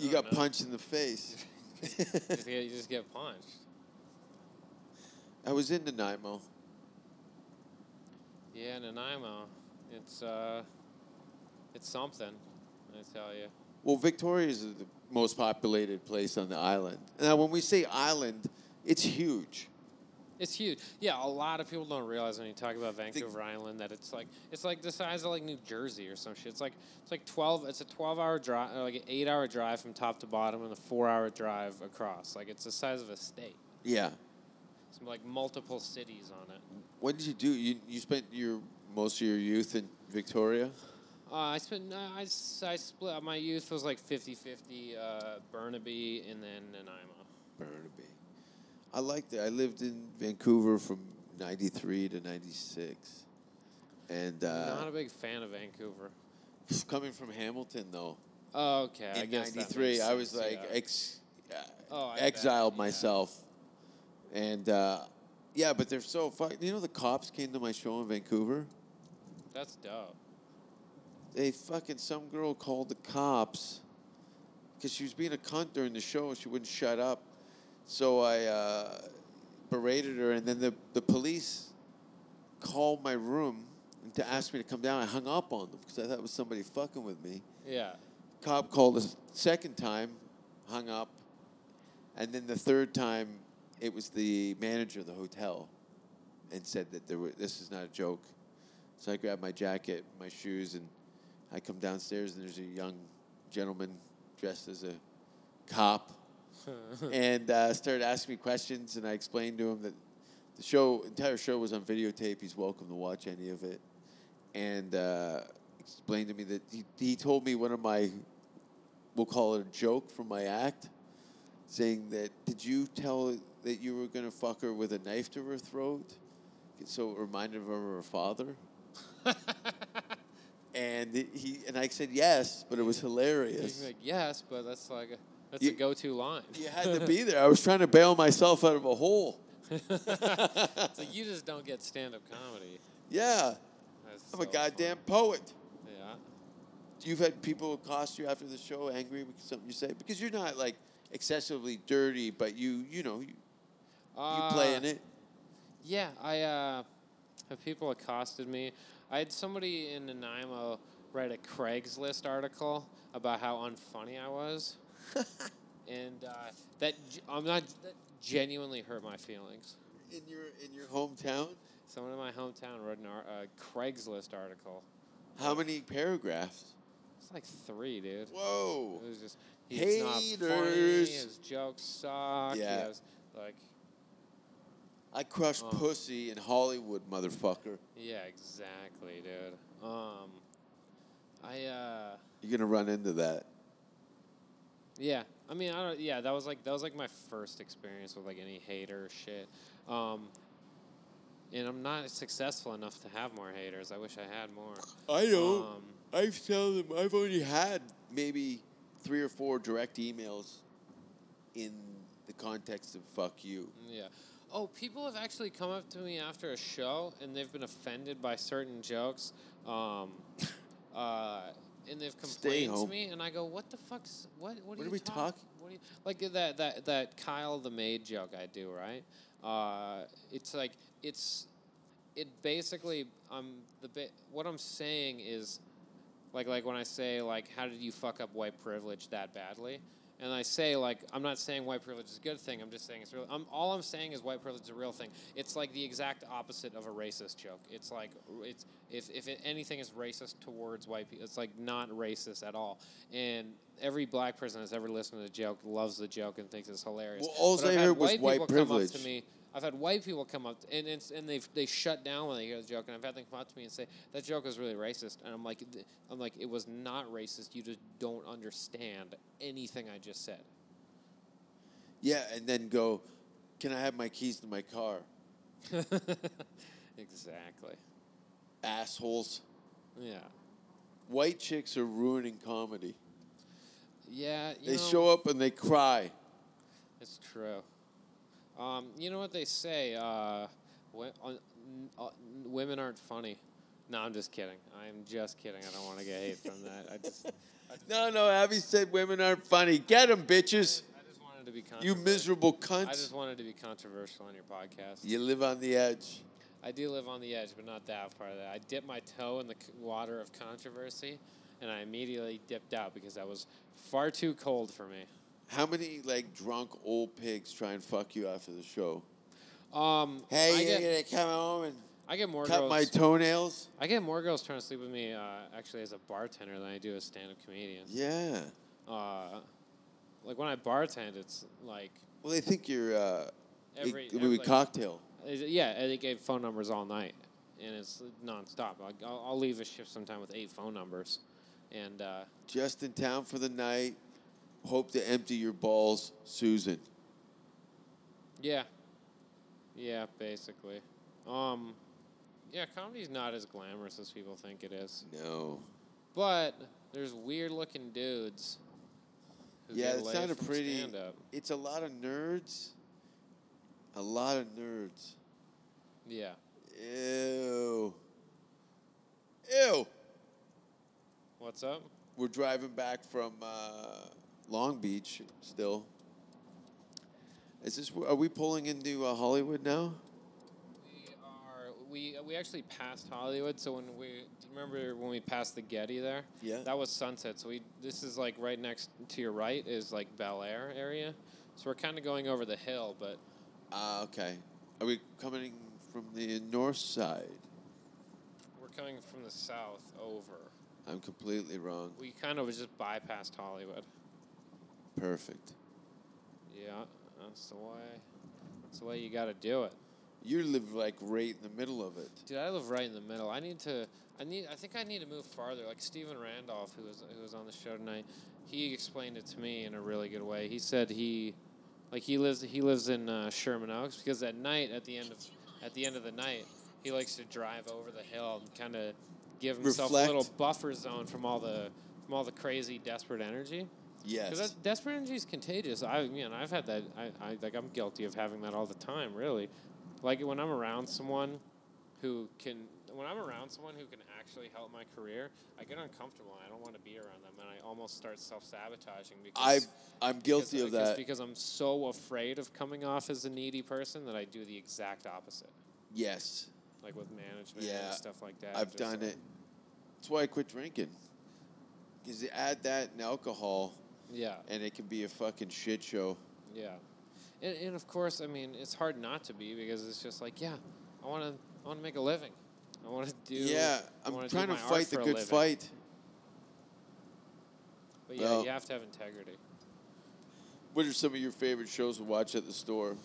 [SPEAKER 6] You
[SPEAKER 7] I
[SPEAKER 6] got
[SPEAKER 7] don't know.
[SPEAKER 6] punched in the face.
[SPEAKER 7] just get, you just get punched.
[SPEAKER 6] I was in Nanaimo.
[SPEAKER 7] Yeah, Nanaimo, it's uh, it's something. I tell you.
[SPEAKER 6] Well, Victoria is the most populated place on the island. Now, when we say island, it's huge.
[SPEAKER 7] It's huge. Yeah, a lot of people don't realize when you talk about Vancouver Island that it's like it's like the size of like New Jersey or some shit. It's like it's like twelve. It's a twelve hour drive, like an eight hour drive from top to bottom, and a four hour drive across. Like it's the size of a state.
[SPEAKER 6] Yeah.
[SPEAKER 7] It's like multiple cities on it.
[SPEAKER 6] What did you do? You, you spent your most of your youth in Victoria?
[SPEAKER 7] Uh, I spent no, I, s- I split my youth was like 50-50 uh, Burnaby and then Nanaimo.
[SPEAKER 6] Burnaby. I liked it. I lived in Vancouver from 93 to 96. And
[SPEAKER 7] Not
[SPEAKER 6] uh,
[SPEAKER 7] a big fan of Vancouver.
[SPEAKER 6] coming from Hamilton, though,
[SPEAKER 7] Oh, okay. I
[SPEAKER 6] in
[SPEAKER 7] guess that
[SPEAKER 6] '93,
[SPEAKER 7] makes
[SPEAKER 6] I was
[SPEAKER 7] sense,
[SPEAKER 6] like
[SPEAKER 7] yeah.
[SPEAKER 6] ex, uh,
[SPEAKER 7] Oh, I
[SPEAKER 6] exiled
[SPEAKER 7] bet, yeah.
[SPEAKER 6] myself, and uh, yeah, but they're so fuck. You know, the cops came to my show in Vancouver.
[SPEAKER 7] that's dope.
[SPEAKER 6] They fucking some girl called the cops because she was being a cunt during the show and she wouldn't shut up. So I uh, berated her, and then the the police called my room to ask me to come down. I hung up on them because I thought it was somebody fucking with me.
[SPEAKER 7] Yeah.
[SPEAKER 6] cop called the second time, hung up, and then the third time, it was the manager of the hotel, and said that there were, this is not a joke. So I grabbed my jacket, my shoes, and I come downstairs, and there's a young gentleman dressed as a cop, and uh, started asking me questions, and I explained to him that the show entire show was on videotape. He's welcome to watch any of it, and uh, explained to me that he, he told me one of my we'll call it a joke from my act, saying that did you tell that you were gonna fuck her with a knife to her throat? So it reminded her of her father. and he and I said yes, but it was
[SPEAKER 7] You
[SPEAKER 6] hilarious.
[SPEAKER 7] can be like, yes, but that's like a, that's
[SPEAKER 6] You-
[SPEAKER 7] a go-to line.
[SPEAKER 6] You had to be there. I was trying to bail myself out of a hole.
[SPEAKER 7] So you just don't get stand-up comedy.
[SPEAKER 6] Yeah,
[SPEAKER 7] That's
[SPEAKER 6] I'm
[SPEAKER 7] so
[SPEAKER 6] a goddamn
[SPEAKER 7] funny.
[SPEAKER 6] poet.
[SPEAKER 7] Yeah.
[SPEAKER 6] You've had people accost you after the show angry because something you say because you're not like excessively dirty, but you you know you, you
[SPEAKER 7] Uh,
[SPEAKER 6] play in it.
[SPEAKER 7] Yeah, I uh, have people accosted me. I had somebody in Nanaimo write a Craigslist article about how unfunny I was, and uh, that g- I'm not that genuinely hurt my feelings.
[SPEAKER 6] in your in your hometown?
[SPEAKER 7] Someone in my hometown wrote an ar- a Craigslist article.
[SPEAKER 6] How many paragraphs?
[SPEAKER 7] It's like three, dude.
[SPEAKER 6] Whoa.
[SPEAKER 7] It was just he's not funny.
[SPEAKER 6] Haters.
[SPEAKER 7] His jokes suck.
[SPEAKER 6] Yeah.
[SPEAKER 7] He was like,
[SPEAKER 6] I crushed
[SPEAKER 7] Oh.
[SPEAKER 6] pussy in Hollywood, motherfucker.
[SPEAKER 7] yeah, exactly, dude. Um, I uh.
[SPEAKER 6] You're gonna run into that.
[SPEAKER 7] Yeah, I mean, I don't. Yeah, that was like that was like my first experience with like any hater shit. Um, and I'm not successful enough to have more haters. I wish I had more.
[SPEAKER 6] I don't.
[SPEAKER 7] Um,
[SPEAKER 6] I've told them I've only had maybe three or four direct emails in the context of fuck you.
[SPEAKER 7] Yeah. Oh, people have actually come up to me after a show and they've been offended by certain jokes. Um, uh, and they've complained to
[SPEAKER 6] home.
[SPEAKER 7] me, and I go, "What the fuck's what?
[SPEAKER 6] What
[SPEAKER 7] What, you
[SPEAKER 6] are we
[SPEAKER 7] talk-
[SPEAKER 6] talking-
[SPEAKER 7] What are you, like uh, that that that Kyle the maid joke I do right? Uh, it's like it's it basically um the bit what I'm saying is like like when I say like how did you fuck up white privilege that badly? And I say like I'm not saying white privilege is a good thing. I'm just saying it's real. I'm, all I'm saying is white privilege is a real thing. It's like the exact opposite of a racist joke. It's like it's if if it, anything is racist towards white people, it's like not racist at all. And every black person that's ever listened to the joke loves the joke and thinks it's hilarious.
[SPEAKER 6] Well, alls
[SPEAKER 7] But I've
[SPEAKER 6] I
[SPEAKER 7] had
[SPEAKER 6] heard was white
[SPEAKER 7] people come up to
[SPEAKER 6] privilege.
[SPEAKER 7] me me- I've had white people come up and it's, and they they shut down when they hear the joke, and I've had them come up to me and say that joke was really racist, and I'm like, "Th- I'm like, it was not racist. You just don't understand anything I just said.
[SPEAKER 6] Yeah, and then go, can I have my keys to my car?
[SPEAKER 7] Exactly.
[SPEAKER 6] Assholes.
[SPEAKER 7] Yeah.
[SPEAKER 6] White chicks are ruining comedy.
[SPEAKER 7] Yeah. You
[SPEAKER 6] They
[SPEAKER 7] know,
[SPEAKER 6] show up and they cry.
[SPEAKER 7] It's true. Um, you know what they say? Uh, wo- on- n- uh, n- women aren't funny. No, I'm just kidding. I'm just kidding. I don't want to get hate from that. I just,
[SPEAKER 6] No, no, Abby said women aren't funny. Get them, bitches.
[SPEAKER 7] I just wanted to be.
[SPEAKER 6] You
[SPEAKER 7] controversial.
[SPEAKER 6] miserable
[SPEAKER 7] I just
[SPEAKER 6] cunts.
[SPEAKER 7] wanted to be controversial on your podcast.
[SPEAKER 6] You live on the edge.
[SPEAKER 7] I do live on the edge, but not that far. That I dipped my toe in the c- water of controversy, and I immediately dipped out because that was far too cold for me.
[SPEAKER 6] How many like drunk old pigs try and fuck you after the show?
[SPEAKER 7] Um,
[SPEAKER 6] Hey,
[SPEAKER 7] I
[SPEAKER 6] you're
[SPEAKER 7] get,
[SPEAKER 6] gonna come home and
[SPEAKER 7] I get more
[SPEAKER 6] cut
[SPEAKER 7] girls.
[SPEAKER 6] my toenails?
[SPEAKER 7] I get more girls trying to sleep with me uh, actually as a bartender than I do as stand-up comedian.
[SPEAKER 6] Yeah.
[SPEAKER 7] Uh, like when I bartend, it's like
[SPEAKER 6] Well, they think you're uh,
[SPEAKER 7] Every-
[SPEAKER 6] it, it would
[SPEAKER 7] every-
[SPEAKER 6] be cocktail.
[SPEAKER 7] Is it- Yeah, and they gave phone numbers all night, and it's nonstop. Like, I'll, I'll leave a shift sometime with eight phone numbers, and uh,
[SPEAKER 6] Just in town for the night. Hope to empty your balls, Susan.
[SPEAKER 7] yeah, yeah, basically. Um, yeah, comedy's not as glamorous as people think it is,
[SPEAKER 6] No.
[SPEAKER 7] but there's weird-looking dudes. Who
[SPEAKER 6] Yeah,
[SPEAKER 7] get
[SPEAKER 6] it's
[SPEAKER 7] laid
[SPEAKER 6] not a
[SPEAKER 7] from
[SPEAKER 6] pretty.
[SPEAKER 7] Stand-up.
[SPEAKER 6] It's a lot of nerds. A lot of nerds.
[SPEAKER 7] Yeah,
[SPEAKER 6] Ew. Ew.
[SPEAKER 7] what's up?
[SPEAKER 6] We're driving back from uh, Long Beach still. Is this? Are we pulling into uh, Hollywood now?
[SPEAKER 7] We are. We we actually passed Hollywood. So when we do you remember when we passed the Getty there,
[SPEAKER 6] Yeah.
[SPEAKER 7] that was Sunset. So we this is like right next to your right is like Bel Air area. So we're kind of going over the hill, but
[SPEAKER 6] Ah, okay. Are we coming from the north side?
[SPEAKER 7] we're coming from the south over.
[SPEAKER 6] I'm completely wrong.
[SPEAKER 7] We kind of just bypassed Hollywood.
[SPEAKER 6] Perfect.
[SPEAKER 7] Yeah, that's the way. That's the way you got to do it.
[SPEAKER 6] You live like right in the middle of it.
[SPEAKER 7] Dude, I live right in the middle. I need to. I need. I think I need to move farther. Like Stephen Randolph, who was who was on the show tonight, he explained it to me in a really good way. He said he, like he lives he lives in uh, Sherman Oaks because at night at the end of at the end of the night he likes to drive over the hill and kind of give himself
[SPEAKER 6] Reflect.
[SPEAKER 7] a little buffer zone from all the from all the crazy desperate energy. Because
[SPEAKER 6] Yes.
[SPEAKER 7] that's desperate energy is contagious. I mean, I've had that. I, I like I'm guilty of having that all the time. Really, like when I'm around someone who can, when I'm around someone who can actually help my career, I get uncomfortable. and I don't want to be around them, and I almost start self sabotaging
[SPEAKER 6] I
[SPEAKER 7] because
[SPEAKER 6] I'm guilty
[SPEAKER 7] because-
[SPEAKER 6] of
[SPEAKER 7] because-
[SPEAKER 6] that.
[SPEAKER 7] because I'm so afraid of coming off as a needy person that I do the exact opposite,
[SPEAKER 6] Yes.
[SPEAKER 7] like with management
[SPEAKER 6] Yeah,
[SPEAKER 7] and stuff like that.
[SPEAKER 6] I've
[SPEAKER 7] just
[SPEAKER 6] done
[SPEAKER 7] like-
[SPEAKER 6] it. That's why I quit drinking. Because you add that and alcohol,
[SPEAKER 7] Yeah.
[SPEAKER 6] and it can be a fucking shit show.
[SPEAKER 7] Yeah, and, and of course, I mean, it's hard not to be because it's just like, yeah, I want to, I want to make a living. I want to do.
[SPEAKER 6] yeah,
[SPEAKER 7] I
[SPEAKER 6] I'm
[SPEAKER 7] wanna do
[SPEAKER 6] trying to
[SPEAKER 7] my art
[SPEAKER 6] fight the
[SPEAKER 7] for a
[SPEAKER 6] good
[SPEAKER 7] living.
[SPEAKER 6] fight.
[SPEAKER 7] But yeah,
[SPEAKER 6] Well-
[SPEAKER 7] you have to have integrity.
[SPEAKER 6] What are some of your favorite shows to watch at the store?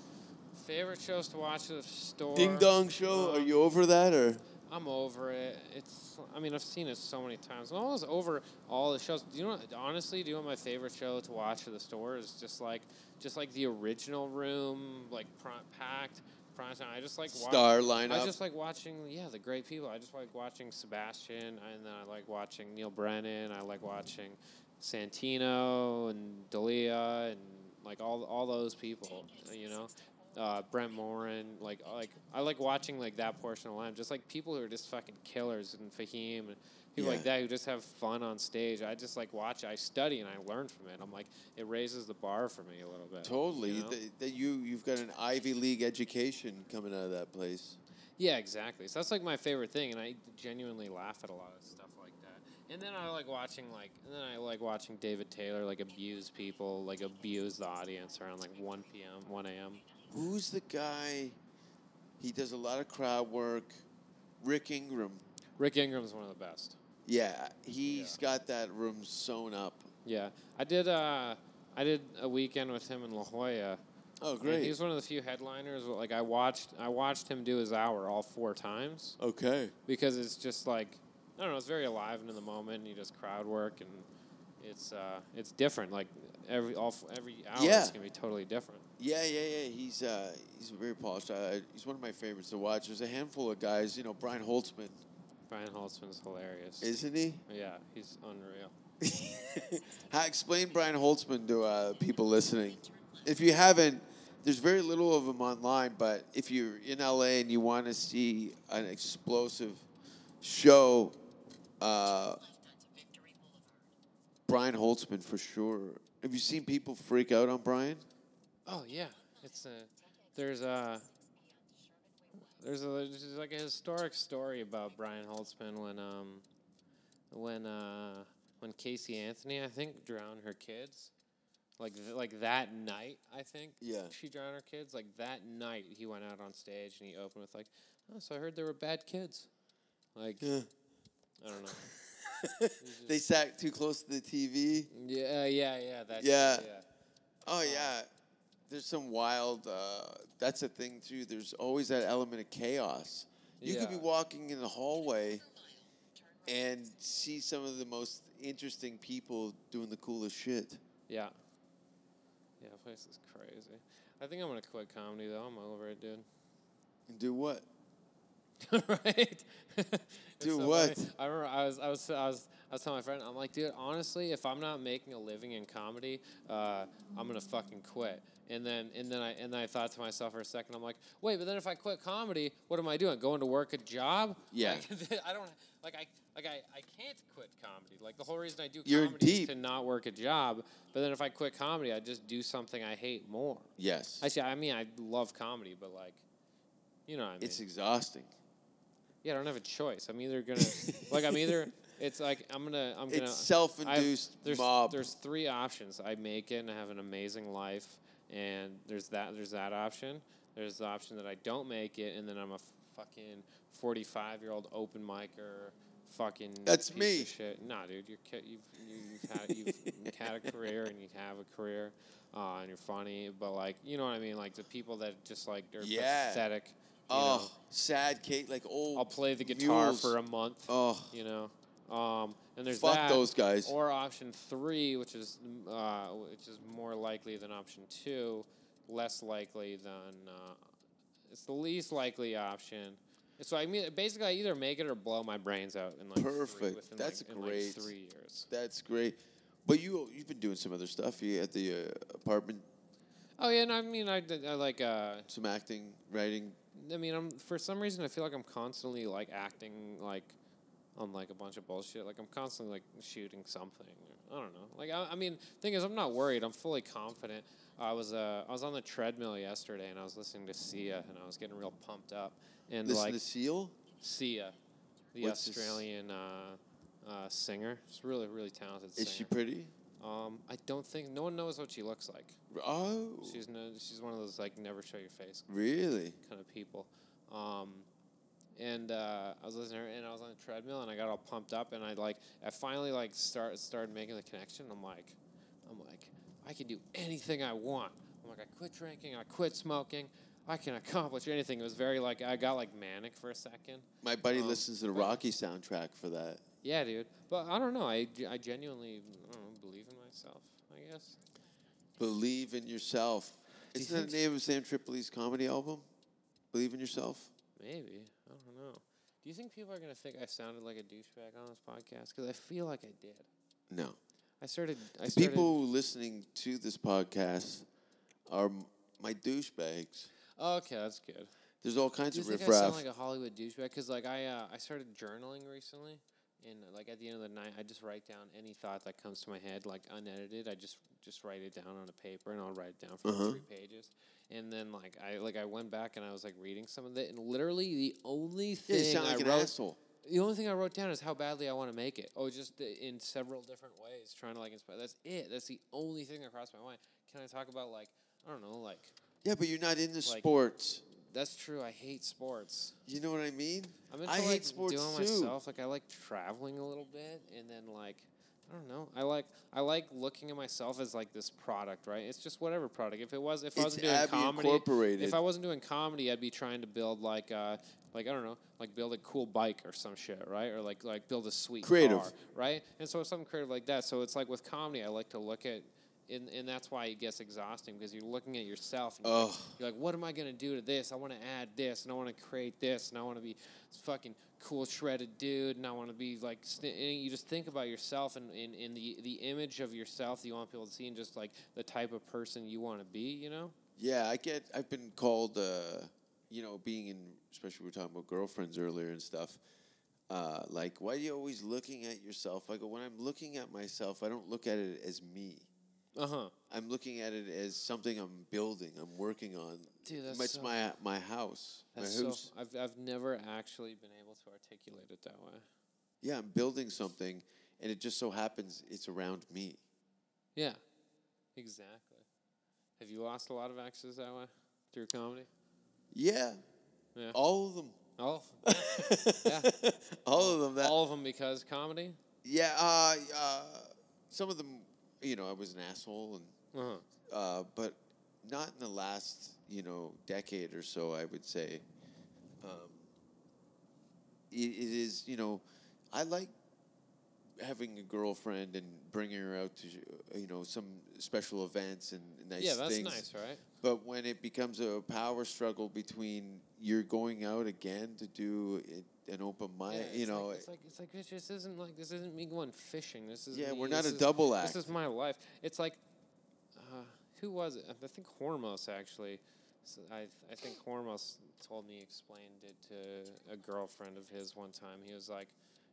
[SPEAKER 7] Favorite shows to watch at the store.
[SPEAKER 6] Ding Dong Show. are
[SPEAKER 7] um,
[SPEAKER 6] you over that or?
[SPEAKER 7] I'm over it. It's. I mean, I've seen it so many times. I'm almost over all the shows. Do you know? what- Honestly, do you know what my favorite show to watch at the store is just like, just like the original room, like pr- packed prime time. I just like watch-
[SPEAKER 6] Star lineup.
[SPEAKER 7] I just like watching, yeah, the great people. I just like watching Sebastian, and then I like watching Neil Brennan. I like watching Santino and Dalia, and like all all those people. You know, uh, Brent Morin. Like like I like watching like that portion of the lineup. Just like people who are just fucking killers and Fahim and people like
[SPEAKER 6] Yeah.
[SPEAKER 7] that who just have fun on stage. I just like watch. I study and I learn from it. I'm like it raises the bar for me a little bit.
[SPEAKER 6] Totally.
[SPEAKER 7] you know?
[SPEAKER 6] Th- that you you've got an Ivy League education coming out of that place.
[SPEAKER 7] Yeah, exactly. So that's like my favorite thing, and I genuinely laugh at a lot of stuff like that. And then I like watching like and then I like watching David Taylor like abuse people, like abuse the audience around like 1 p.m., 1 a.m.
[SPEAKER 6] Who's the guy? He does a lot of crowd work. Rick Ingram.
[SPEAKER 7] Rick Ingram's one of the best.
[SPEAKER 6] Yeah, he's got that room sewn up.
[SPEAKER 7] Yeah. I did uh I did a weekend with him in La Jolla.
[SPEAKER 6] Oh,
[SPEAKER 7] and
[SPEAKER 6] great.
[SPEAKER 7] He's one of the few headliners where, like I watched I watched him do his hour all four times.
[SPEAKER 6] okay.
[SPEAKER 7] because it's just like I don't know, it's very alive and in the moment. And you just crowd work, and it's uh, it's different. Like every all f- every hour,
[SPEAKER 6] Yeah.
[SPEAKER 7] it's gonna be totally different.
[SPEAKER 6] Yeah, yeah, yeah. He's uh, he's very polished. Uh, he's one of my favorites to watch. There's a handful of guys. You know, Brian Holtzman,
[SPEAKER 7] Brian Holtzman's hilarious.
[SPEAKER 6] isn't he?
[SPEAKER 7] yeah, he's unreal.
[SPEAKER 6] How, explain Brian Holtzman to uh, people listening. If you haven't, there's very little of him online, but if you're in LA and you want to see an explosive show, uh, Brian Holtzman for sure. Have you seen people freak out on Brian?
[SPEAKER 7] Oh yeah, it's a there's a there's a there's like a historic story about Brian Holtzman when um when uh when Casey Anthony I think drowned her kids like th- like that night I think
[SPEAKER 6] Yeah.
[SPEAKER 7] she drowned her kids like that night he went out on stage and he opened with like oh so I heard there were bad kids like I don't know
[SPEAKER 6] They sat too close to the TV.
[SPEAKER 7] yeah yeah yeah that
[SPEAKER 6] Yeah.
[SPEAKER 7] yeah.
[SPEAKER 6] Oh yeah, there's some wild. Uh, that's a thing too. There's always that element of chaos. You could be
[SPEAKER 7] Yeah.
[SPEAKER 6] walking in the hallway and see some of the most interesting people doing the coolest shit.
[SPEAKER 7] Yeah. Yeah, the place is crazy. I think I'm gonna quit comedy though. I'm over it, dude.
[SPEAKER 6] And do what?
[SPEAKER 7] right?
[SPEAKER 6] Dude,
[SPEAKER 7] funny.
[SPEAKER 6] what?
[SPEAKER 7] I remember I was I was I was I was telling my friend I'm like, dude, honestly, if I'm not making a living in comedy, uh, I'm gonna fucking quit. And then and then I and then I thought to myself for a second, I'm like, wait, but then if I quit comedy, what am I doing? Going to work a job?
[SPEAKER 6] Yeah.
[SPEAKER 7] Like, I don't like I like I, I can't quit comedy. Like the whole reason I do
[SPEAKER 6] You're
[SPEAKER 7] comedy
[SPEAKER 6] deep.
[SPEAKER 7] is to not work a job. But then if I quit comedy, I just do something I hate more.
[SPEAKER 6] Yes,
[SPEAKER 7] Actually, I mean, I love comedy, but like, you know, what I mean,
[SPEAKER 6] it's exhausting.
[SPEAKER 7] yeah, I don't have a choice. I'm either gonna, like, I'm either, it's like I'm gonna, I'm gonna.
[SPEAKER 6] It's self-induced
[SPEAKER 7] I've- there's,
[SPEAKER 6] mob.
[SPEAKER 7] There's three options. I make it and I have an amazing life, and there's that, there's that option. There's the option that I don't make it, and then I'm a fucking 45 year old open micer. Fucking
[SPEAKER 6] That's
[SPEAKER 7] piece of
[SPEAKER 6] me.
[SPEAKER 7] Shit. Nah, dude, you're, ca- you've you- you've had you've had a career and you have a career, uh, and you're funny, but like you know what I mean. Like the people that just like are
[SPEAKER 6] Yeah.
[SPEAKER 7] pathetic. you
[SPEAKER 6] oh,
[SPEAKER 7] know?
[SPEAKER 6] sad Kate. Like old.
[SPEAKER 7] I'll play the guitar
[SPEAKER 6] mules.
[SPEAKER 7] for a month.
[SPEAKER 6] Oh.
[SPEAKER 7] you know. Um, and there's
[SPEAKER 6] Fuck
[SPEAKER 7] that,
[SPEAKER 6] those guys.
[SPEAKER 7] Or option three, which is uh, which is more likely than option two, less likely than uh, it's the least likely option. So I mean, basically, I either make it or blow my brains out in like Three,
[SPEAKER 6] Perfect.
[SPEAKER 7] within
[SPEAKER 6] That's
[SPEAKER 7] like, In
[SPEAKER 6] great.
[SPEAKER 7] like three years.
[SPEAKER 6] That's great. But you you've been doing some other stuff. You at the uh, apartment,
[SPEAKER 7] Oh yeah, and I mean, I, did- I like. Uh,
[SPEAKER 6] some acting, writing.
[SPEAKER 7] I mean, I'm for some reason I feel like I'm constantly like acting like on like a bunch of bullshit. Like I'm constantly like shooting something. I don't know. Like I, I mean, thing is, I'm not worried. I'm fully confident. I was uh, I was on the treadmill yesterday and I was listening to Sia and I was getting real pumped up and
[SPEAKER 6] Listen
[SPEAKER 7] like
[SPEAKER 6] to Seal.
[SPEAKER 7] Sia, the
[SPEAKER 6] What's this-
[SPEAKER 7] Australian uh, uh, singer. She's really really talented.
[SPEAKER 6] Is
[SPEAKER 7] singer.
[SPEAKER 6] she pretty?
[SPEAKER 7] um, I don't think no one knows what she looks like.
[SPEAKER 6] Oh,
[SPEAKER 7] She's no, she's one of those like never show your face
[SPEAKER 6] really?
[SPEAKER 7] kind of people. Um, and uh, I was listening to her, and I was on the treadmill, and I got all pumped up, and I like, I finally like start started making the connection. I'm like, I'm like, I can do anything I want. I'm like, I quit drinking, I quit smoking, I can accomplish anything. It was very like, I got like manic for a second.
[SPEAKER 6] My buddy
[SPEAKER 7] Um,
[SPEAKER 6] listens to the
[SPEAKER 7] but-
[SPEAKER 6] Rocky soundtrack for that.
[SPEAKER 7] Yeah, dude. But I don't know. I, ge- I genuinely I don't know, believe in myself. I guess.
[SPEAKER 6] Believe in yourself.
[SPEAKER 7] you
[SPEAKER 6] Isn't that
[SPEAKER 7] think
[SPEAKER 6] the name of Sam Tripoli's comedy album? Believe in yourself.
[SPEAKER 7] Maybe. I don't know. Do you think people are gonna think I sounded like a douchebag on this podcast? Because I feel like I did.
[SPEAKER 6] No,
[SPEAKER 7] I started. I
[SPEAKER 6] the
[SPEAKER 7] started
[SPEAKER 6] people listening to this podcast are m- my douchebags.
[SPEAKER 7] Okay, that's good.
[SPEAKER 6] There's all kinds
[SPEAKER 7] Do you
[SPEAKER 6] of
[SPEAKER 7] think I
[SPEAKER 6] riffraff.
[SPEAKER 7] sound like a Hollywood douchebag? Because like I, uh, I started journaling recently, and uh, like at the end of the night, I just write down any thought that comes to my head, like unedited. I just just write it down on a paper, and I'll write it down for
[SPEAKER 6] Uh-huh.
[SPEAKER 7] like, three pages. And then like I like I went back and I was like reading some of it, and literally the only
[SPEAKER 6] yeah,
[SPEAKER 7] thing
[SPEAKER 6] you sound
[SPEAKER 7] I
[SPEAKER 6] like an
[SPEAKER 7] wrote,
[SPEAKER 6] asshole.
[SPEAKER 7] the only thing I wrote down is how badly I want to make it. Oh, just the, in several different ways, trying to like inspire. That's it. That's the only thing that crossed my mind. Can I talk about like I don't know, like
[SPEAKER 6] Yeah, but you're not into
[SPEAKER 7] Like-
[SPEAKER 6] sports.
[SPEAKER 7] that's true. I hate sports.
[SPEAKER 6] You know what I mean?
[SPEAKER 7] I'm into
[SPEAKER 6] I
[SPEAKER 7] like
[SPEAKER 6] hate sports
[SPEAKER 7] doing
[SPEAKER 6] too.
[SPEAKER 7] myself. Like I like traveling a little bit, and then like I don't know. I like I like looking at myself as like this product, right? It's just whatever product. If it was, if I
[SPEAKER 6] It's
[SPEAKER 7] wasn't doing
[SPEAKER 6] Abby
[SPEAKER 7] comedy,
[SPEAKER 6] Incorporated.
[SPEAKER 7] if I wasn't doing comedy, I'd be trying to build like uh like I don't know, like build a cool bike or some shit, right? Or like like build a sweet
[SPEAKER 6] Creative.
[SPEAKER 7] car, right? And so it's something creative like that. So it's like with comedy, I like to look at. And, and that's why it gets exhausting because you're looking at yourself and you're like,
[SPEAKER 6] Ugh.
[SPEAKER 7] you're like, what am I gonna do to this? I want to add this, and I want to create this, and I want to be this fucking cool shredded dude, and I want to be like. St- and you just think about yourself and in in the the image of yourself that you want people to see, and just like the type of person you want to be. You know,
[SPEAKER 6] Yeah, I get. I've been called, uh, you know, being in, especially we were talking about girlfriends earlier and stuff. Uh, like, why are you always looking at yourself? I go, when I'm looking at myself, I don't look at it as me.
[SPEAKER 7] uh huh.
[SPEAKER 6] I'm looking at it as something I'm building, I'm working on.
[SPEAKER 7] Dude, that's
[SPEAKER 6] it's
[SPEAKER 7] so-
[SPEAKER 6] my my house, my
[SPEAKER 7] That's so.
[SPEAKER 6] house.
[SPEAKER 7] I've I've never actually been able to articulate it that way.
[SPEAKER 6] Yeah, I'm building something, and it just so happens it's around me.
[SPEAKER 7] Yeah, exactly. Have you lost a lot of exes that way through comedy?
[SPEAKER 6] Yeah,
[SPEAKER 7] Yeah.
[SPEAKER 6] all of them,
[SPEAKER 7] All,
[SPEAKER 6] all of them. That
[SPEAKER 7] all of them because comedy.
[SPEAKER 6] yeah, uh, uh, some of them. You know, I was an asshole and.
[SPEAKER 7] Uh huh.
[SPEAKER 6] uh, but not in the last you know decade or so. I would say um, it, it is you know I like having a girlfriend and bringing her out to you know some special events and nice
[SPEAKER 7] Yeah, that's
[SPEAKER 6] things.
[SPEAKER 7] nice, right?
[SPEAKER 6] But when it becomes a power struggle between you're going out again to do it, an open mic,
[SPEAKER 7] Yeah,
[SPEAKER 6] you
[SPEAKER 7] it's
[SPEAKER 6] know,
[SPEAKER 7] like, it's like it's like this just isn't like this isn't me going fishing. This is
[SPEAKER 6] Yeah,
[SPEAKER 7] me,
[SPEAKER 6] we're not
[SPEAKER 7] this
[SPEAKER 6] a
[SPEAKER 7] is-
[SPEAKER 6] double act.
[SPEAKER 7] This is my life. It's like, uh, who was it? I think Hormos actually. s I I I think Hormos told me explained it to a girlfriend of his one time. He was like.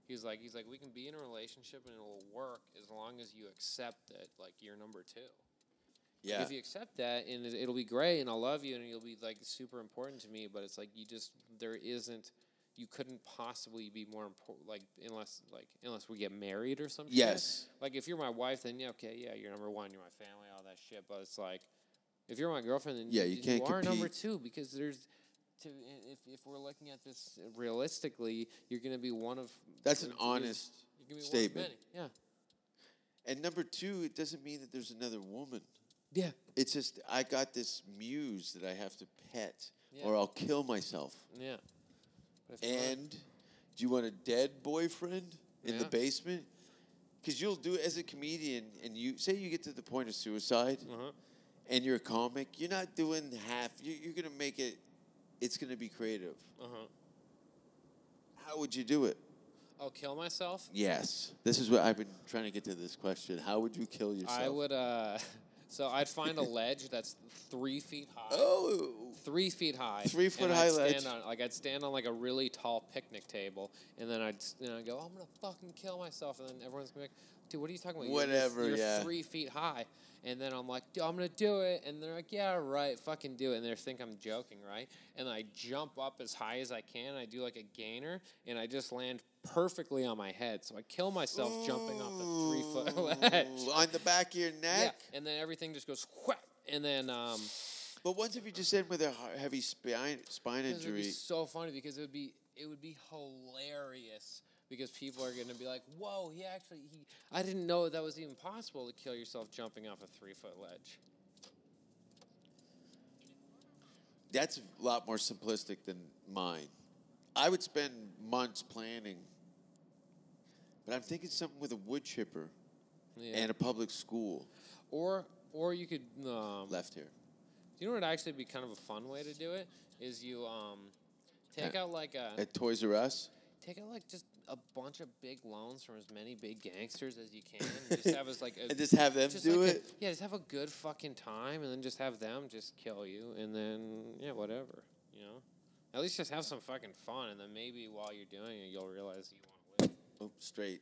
[SPEAKER 7] He was like, he's like, we can be in a relationship and it'll work as long as you accept that, like, you're number two. Like,
[SPEAKER 6] yeah,
[SPEAKER 7] If you accept that, and it- it'll be great, and I'll love you, and you'll be like super important to me. But it's like you just there isn't, you couldn't possibly be more important. Like unless like unless we get married or something.
[SPEAKER 6] Yes.
[SPEAKER 7] Like if you're my wife, then yeah, okay, yeah, you're number one. You're my family, all that shit. But it's like if you're my girlfriend, then
[SPEAKER 6] Yeah, you
[SPEAKER 7] then
[SPEAKER 6] can't
[SPEAKER 7] are number
[SPEAKER 6] compete.
[SPEAKER 7] two because there's. To, i- if, if we're looking at this realistically, you're going to be one of.
[SPEAKER 6] that's an
[SPEAKER 7] you're gonna be-
[SPEAKER 6] honest
[SPEAKER 7] you're gonna be
[SPEAKER 6] statement.
[SPEAKER 7] One of many.
[SPEAKER 6] And number two, it doesn't mean that there's another woman.
[SPEAKER 7] Yeah. Yeah.
[SPEAKER 6] It's just I got this muse that I have to pet,
[SPEAKER 7] Yeah.
[SPEAKER 6] or I'll kill myself.
[SPEAKER 7] Yeah. But if you wanna-
[SPEAKER 6] And do you want a dead boyfriend in the
[SPEAKER 7] Yeah.
[SPEAKER 6] basement? Because you'll do as a comedian, and you say you get to the point of suicide,
[SPEAKER 7] Uh-huh.
[SPEAKER 6] and you're a comic. You're not doing half. You, you're gonna make it. It's gonna be creative.
[SPEAKER 7] Uh-huh.
[SPEAKER 6] How would you do it?
[SPEAKER 7] I'll kill myself.
[SPEAKER 6] Yes, this is what I've been trying to get to this question. How would you kill yourself?
[SPEAKER 7] I would. Uh, so I'd find a ledge that's three feet high.
[SPEAKER 6] Oh,
[SPEAKER 7] Three feet high.
[SPEAKER 6] Three foot
[SPEAKER 7] and I'd
[SPEAKER 6] high
[SPEAKER 7] stand
[SPEAKER 6] ledge.
[SPEAKER 7] On, like I'd stand on like a really tall picnic table, and then I'd s- you know, I'd go, I'm gonna fucking kill myself, and then everyone's gonna be like, Dude, what are you talking about? You're this-
[SPEAKER 6] Whatever,
[SPEAKER 7] You're
[SPEAKER 6] yeah.
[SPEAKER 7] three feet high, and then I'm like, "Dude, I'm gonna do it, and they're like, Yeah, right, fucking do it, and they think I'm joking, right? And I jump up as high as I can. I do like a gainer, and I just land perfectly on my head. So I kill myself jumping off the three foot ledge.
[SPEAKER 6] Ooh, on the back of your
[SPEAKER 7] Yeah,
[SPEAKER 6] neck.
[SPEAKER 7] and then everything just goes whack, and then um,
[SPEAKER 6] But once if you just end with a har- heavy spine spine
[SPEAKER 7] it would be
[SPEAKER 6] injury,
[SPEAKER 7] so funny because it would be it would be hilarious because people are going to be like, "Whoa, he actually he I didn't know that was even possible to kill yourself jumping off a three foot ledge."
[SPEAKER 6] that's a lot more simplistic than mine. I would spend months planning, but I'm thinking something with a wood chipper
[SPEAKER 7] Yeah.
[SPEAKER 6] and a public school
[SPEAKER 7] or or you could um,
[SPEAKER 6] left here.
[SPEAKER 7] you know what would actually be kind of a fun way to do it is you um take
[SPEAKER 6] Uh,
[SPEAKER 7] out like a
[SPEAKER 6] At Toys R Us,
[SPEAKER 7] take out like just a bunch of big loans from as many big gangsters as you can. And just have us like a,
[SPEAKER 6] And just have them do
[SPEAKER 7] like a-
[SPEAKER 6] it?
[SPEAKER 7] yeah, just have a good fucking time, and then just have them just kill you, and then yeah, whatever. You know, at least just have some fucking fun, and then maybe while you're doing it, you'll realize you want to live.
[SPEAKER 6] oh, straight.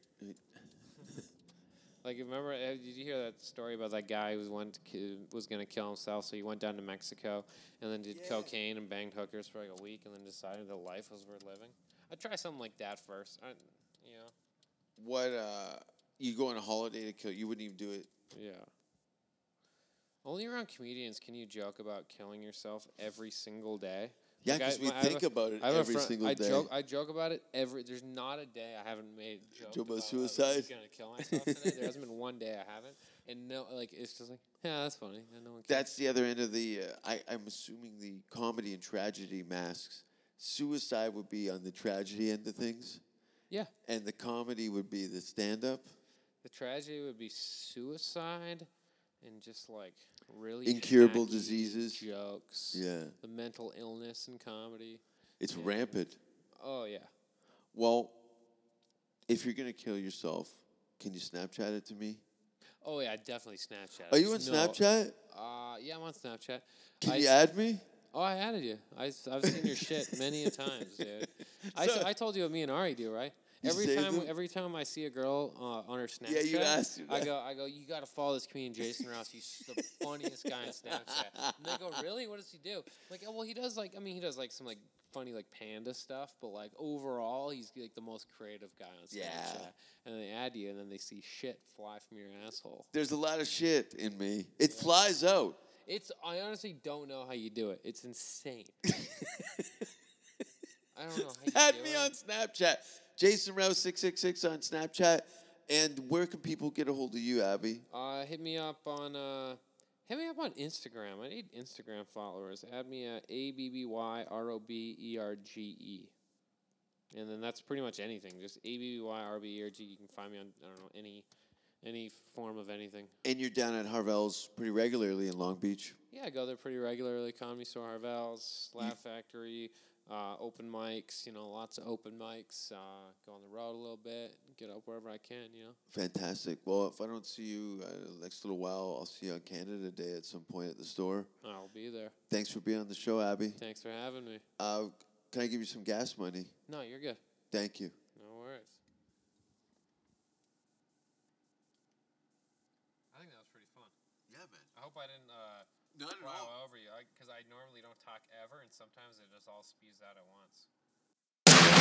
[SPEAKER 7] Like remember, uh, did you hear that story about that guy who went to ki- was gonna kill himself? So he went down to Mexico and then did cocaine and banged hookers for like a week, and then decided that life was worth living. I I'd try something like that first. I, you know.
[SPEAKER 6] What uh, you go on a holiday to kill? You wouldn't even do it.
[SPEAKER 7] Yeah. Only around comedians can you joke about killing yourself every single day.
[SPEAKER 6] Yeah,
[SPEAKER 7] Like, I-
[SPEAKER 6] 'cause we
[SPEAKER 7] my- I have
[SPEAKER 6] think
[SPEAKER 7] a-
[SPEAKER 6] about it
[SPEAKER 7] I have a
[SPEAKER 6] every
[SPEAKER 7] friend-
[SPEAKER 6] single
[SPEAKER 7] I
[SPEAKER 6] day.
[SPEAKER 7] Joke, I joke about it every. There's not a day I haven't made a joke
[SPEAKER 6] Joke about
[SPEAKER 7] about
[SPEAKER 6] suicide.
[SPEAKER 7] I'm gonna kill myself today. there hasn't been one day I haven't. And no, like it's just like yeah, that's funny. And no one. cares."
[SPEAKER 6] That's the other end of the. Uh, I, I'm assuming the comedy and tragedy masks. Suicide would be on the tragedy end of things,
[SPEAKER 7] yeah.
[SPEAKER 6] and the comedy would be the stand up.
[SPEAKER 7] The tragedy would be suicide, and just like really
[SPEAKER 6] Incurable
[SPEAKER 7] hacky
[SPEAKER 6] diseases.
[SPEAKER 7] jokes.
[SPEAKER 6] Yeah.
[SPEAKER 7] The mental illness in comedy.
[SPEAKER 6] It's rampant.
[SPEAKER 7] Oh yeah.
[SPEAKER 6] Well, if you're gonna kill yourself, can you Snapchat it to me?
[SPEAKER 7] Oh yeah, definitely Snapchat.
[SPEAKER 6] Are you on
[SPEAKER 7] There's no-
[SPEAKER 6] Snapchat?
[SPEAKER 7] Uh, yeah, I'm on Snapchat.
[SPEAKER 6] Can
[SPEAKER 7] I
[SPEAKER 6] you add me?
[SPEAKER 7] Oh, I added you. I, have seen your shit many a times, dude. I, s-
[SPEAKER 6] So-
[SPEAKER 7] I told you what me and Ari do, right? Every
[SPEAKER 6] save
[SPEAKER 7] time,
[SPEAKER 6] them?
[SPEAKER 7] every time I see a girl uh, on her Snapchat,
[SPEAKER 6] you asked me
[SPEAKER 7] I
[SPEAKER 6] that.
[SPEAKER 7] go, I go, you got to follow this comedian Jason Ross. He's the funniest guy on Snapchat. And they go, really? What does he do? I'm like, oh, well, he does like, I mean, he does like some like funny like panda stuff, but like overall, he's like the most creative guy on Snapchat.
[SPEAKER 6] Yeah.
[SPEAKER 7] And they add you, and then they see shit fly from your asshole.
[SPEAKER 6] There's a lot of shit in me. It flies out.
[SPEAKER 7] It's I honestly don't know how you do it. It's insane. I don't know how you
[SPEAKER 6] Add
[SPEAKER 7] do
[SPEAKER 6] me
[SPEAKER 7] it.
[SPEAKER 6] on Snapchat. Jason Rouse six six six on Snapchat. And where can people get a hold of you, Abby?
[SPEAKER 7] Uh, hit me up on uh, hit me up on Instagram. I need Instagram followers. Add me at a b b y r o b e r g e, and then that's pretty much anything. Just a b b y r o b e r g. You can find me on I don't know any any form of anything.
[SPEAKER 6] And you're down at Harvell's pretty regularly in Long Beach.
[SPEAKER 7] Yeah, I go there pretty regularly. Comedy Store, Harvell's, Laugh Factory, uh, open mics. You know, lots of open mics. Uh, go on the road a little bit. Get up wherever I can. You know.
[SPEAKER 6] Fantastic. Well, if I don't see you uh, next little while, I'll see you on Canada Day at some point at the store.
[SPEAKER 7] I'll be there.
[SPEAKER 6] Thanks for being on the show, Abby.
[SPEAKER 7] Thanks for having me.
[SPEAKER 6] Uh, can I give you some gas money?
[SPEAKER 7] No, you're good.
[SPEAKER 6] Thank you.
[SPEAKER 7] No worries. I think that was pretty fun.
[SPEAKER 6] Yeah, man.
[SPEAKER 7] I hope I didn't uh,
[SPEAKER 6] Not at all.
[SPEAKER 7] wow over you because I normally don't talk ever, and sometimes it just all spews out at once.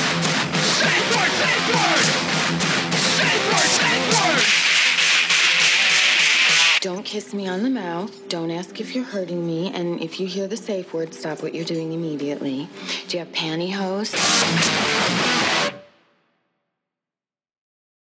[SPEAKER 4] Don't kiss me on the mouth. Don't ask if you're hurting me. And if you hear the safe word, stop what you're doing immediately. Do you have pantyhose?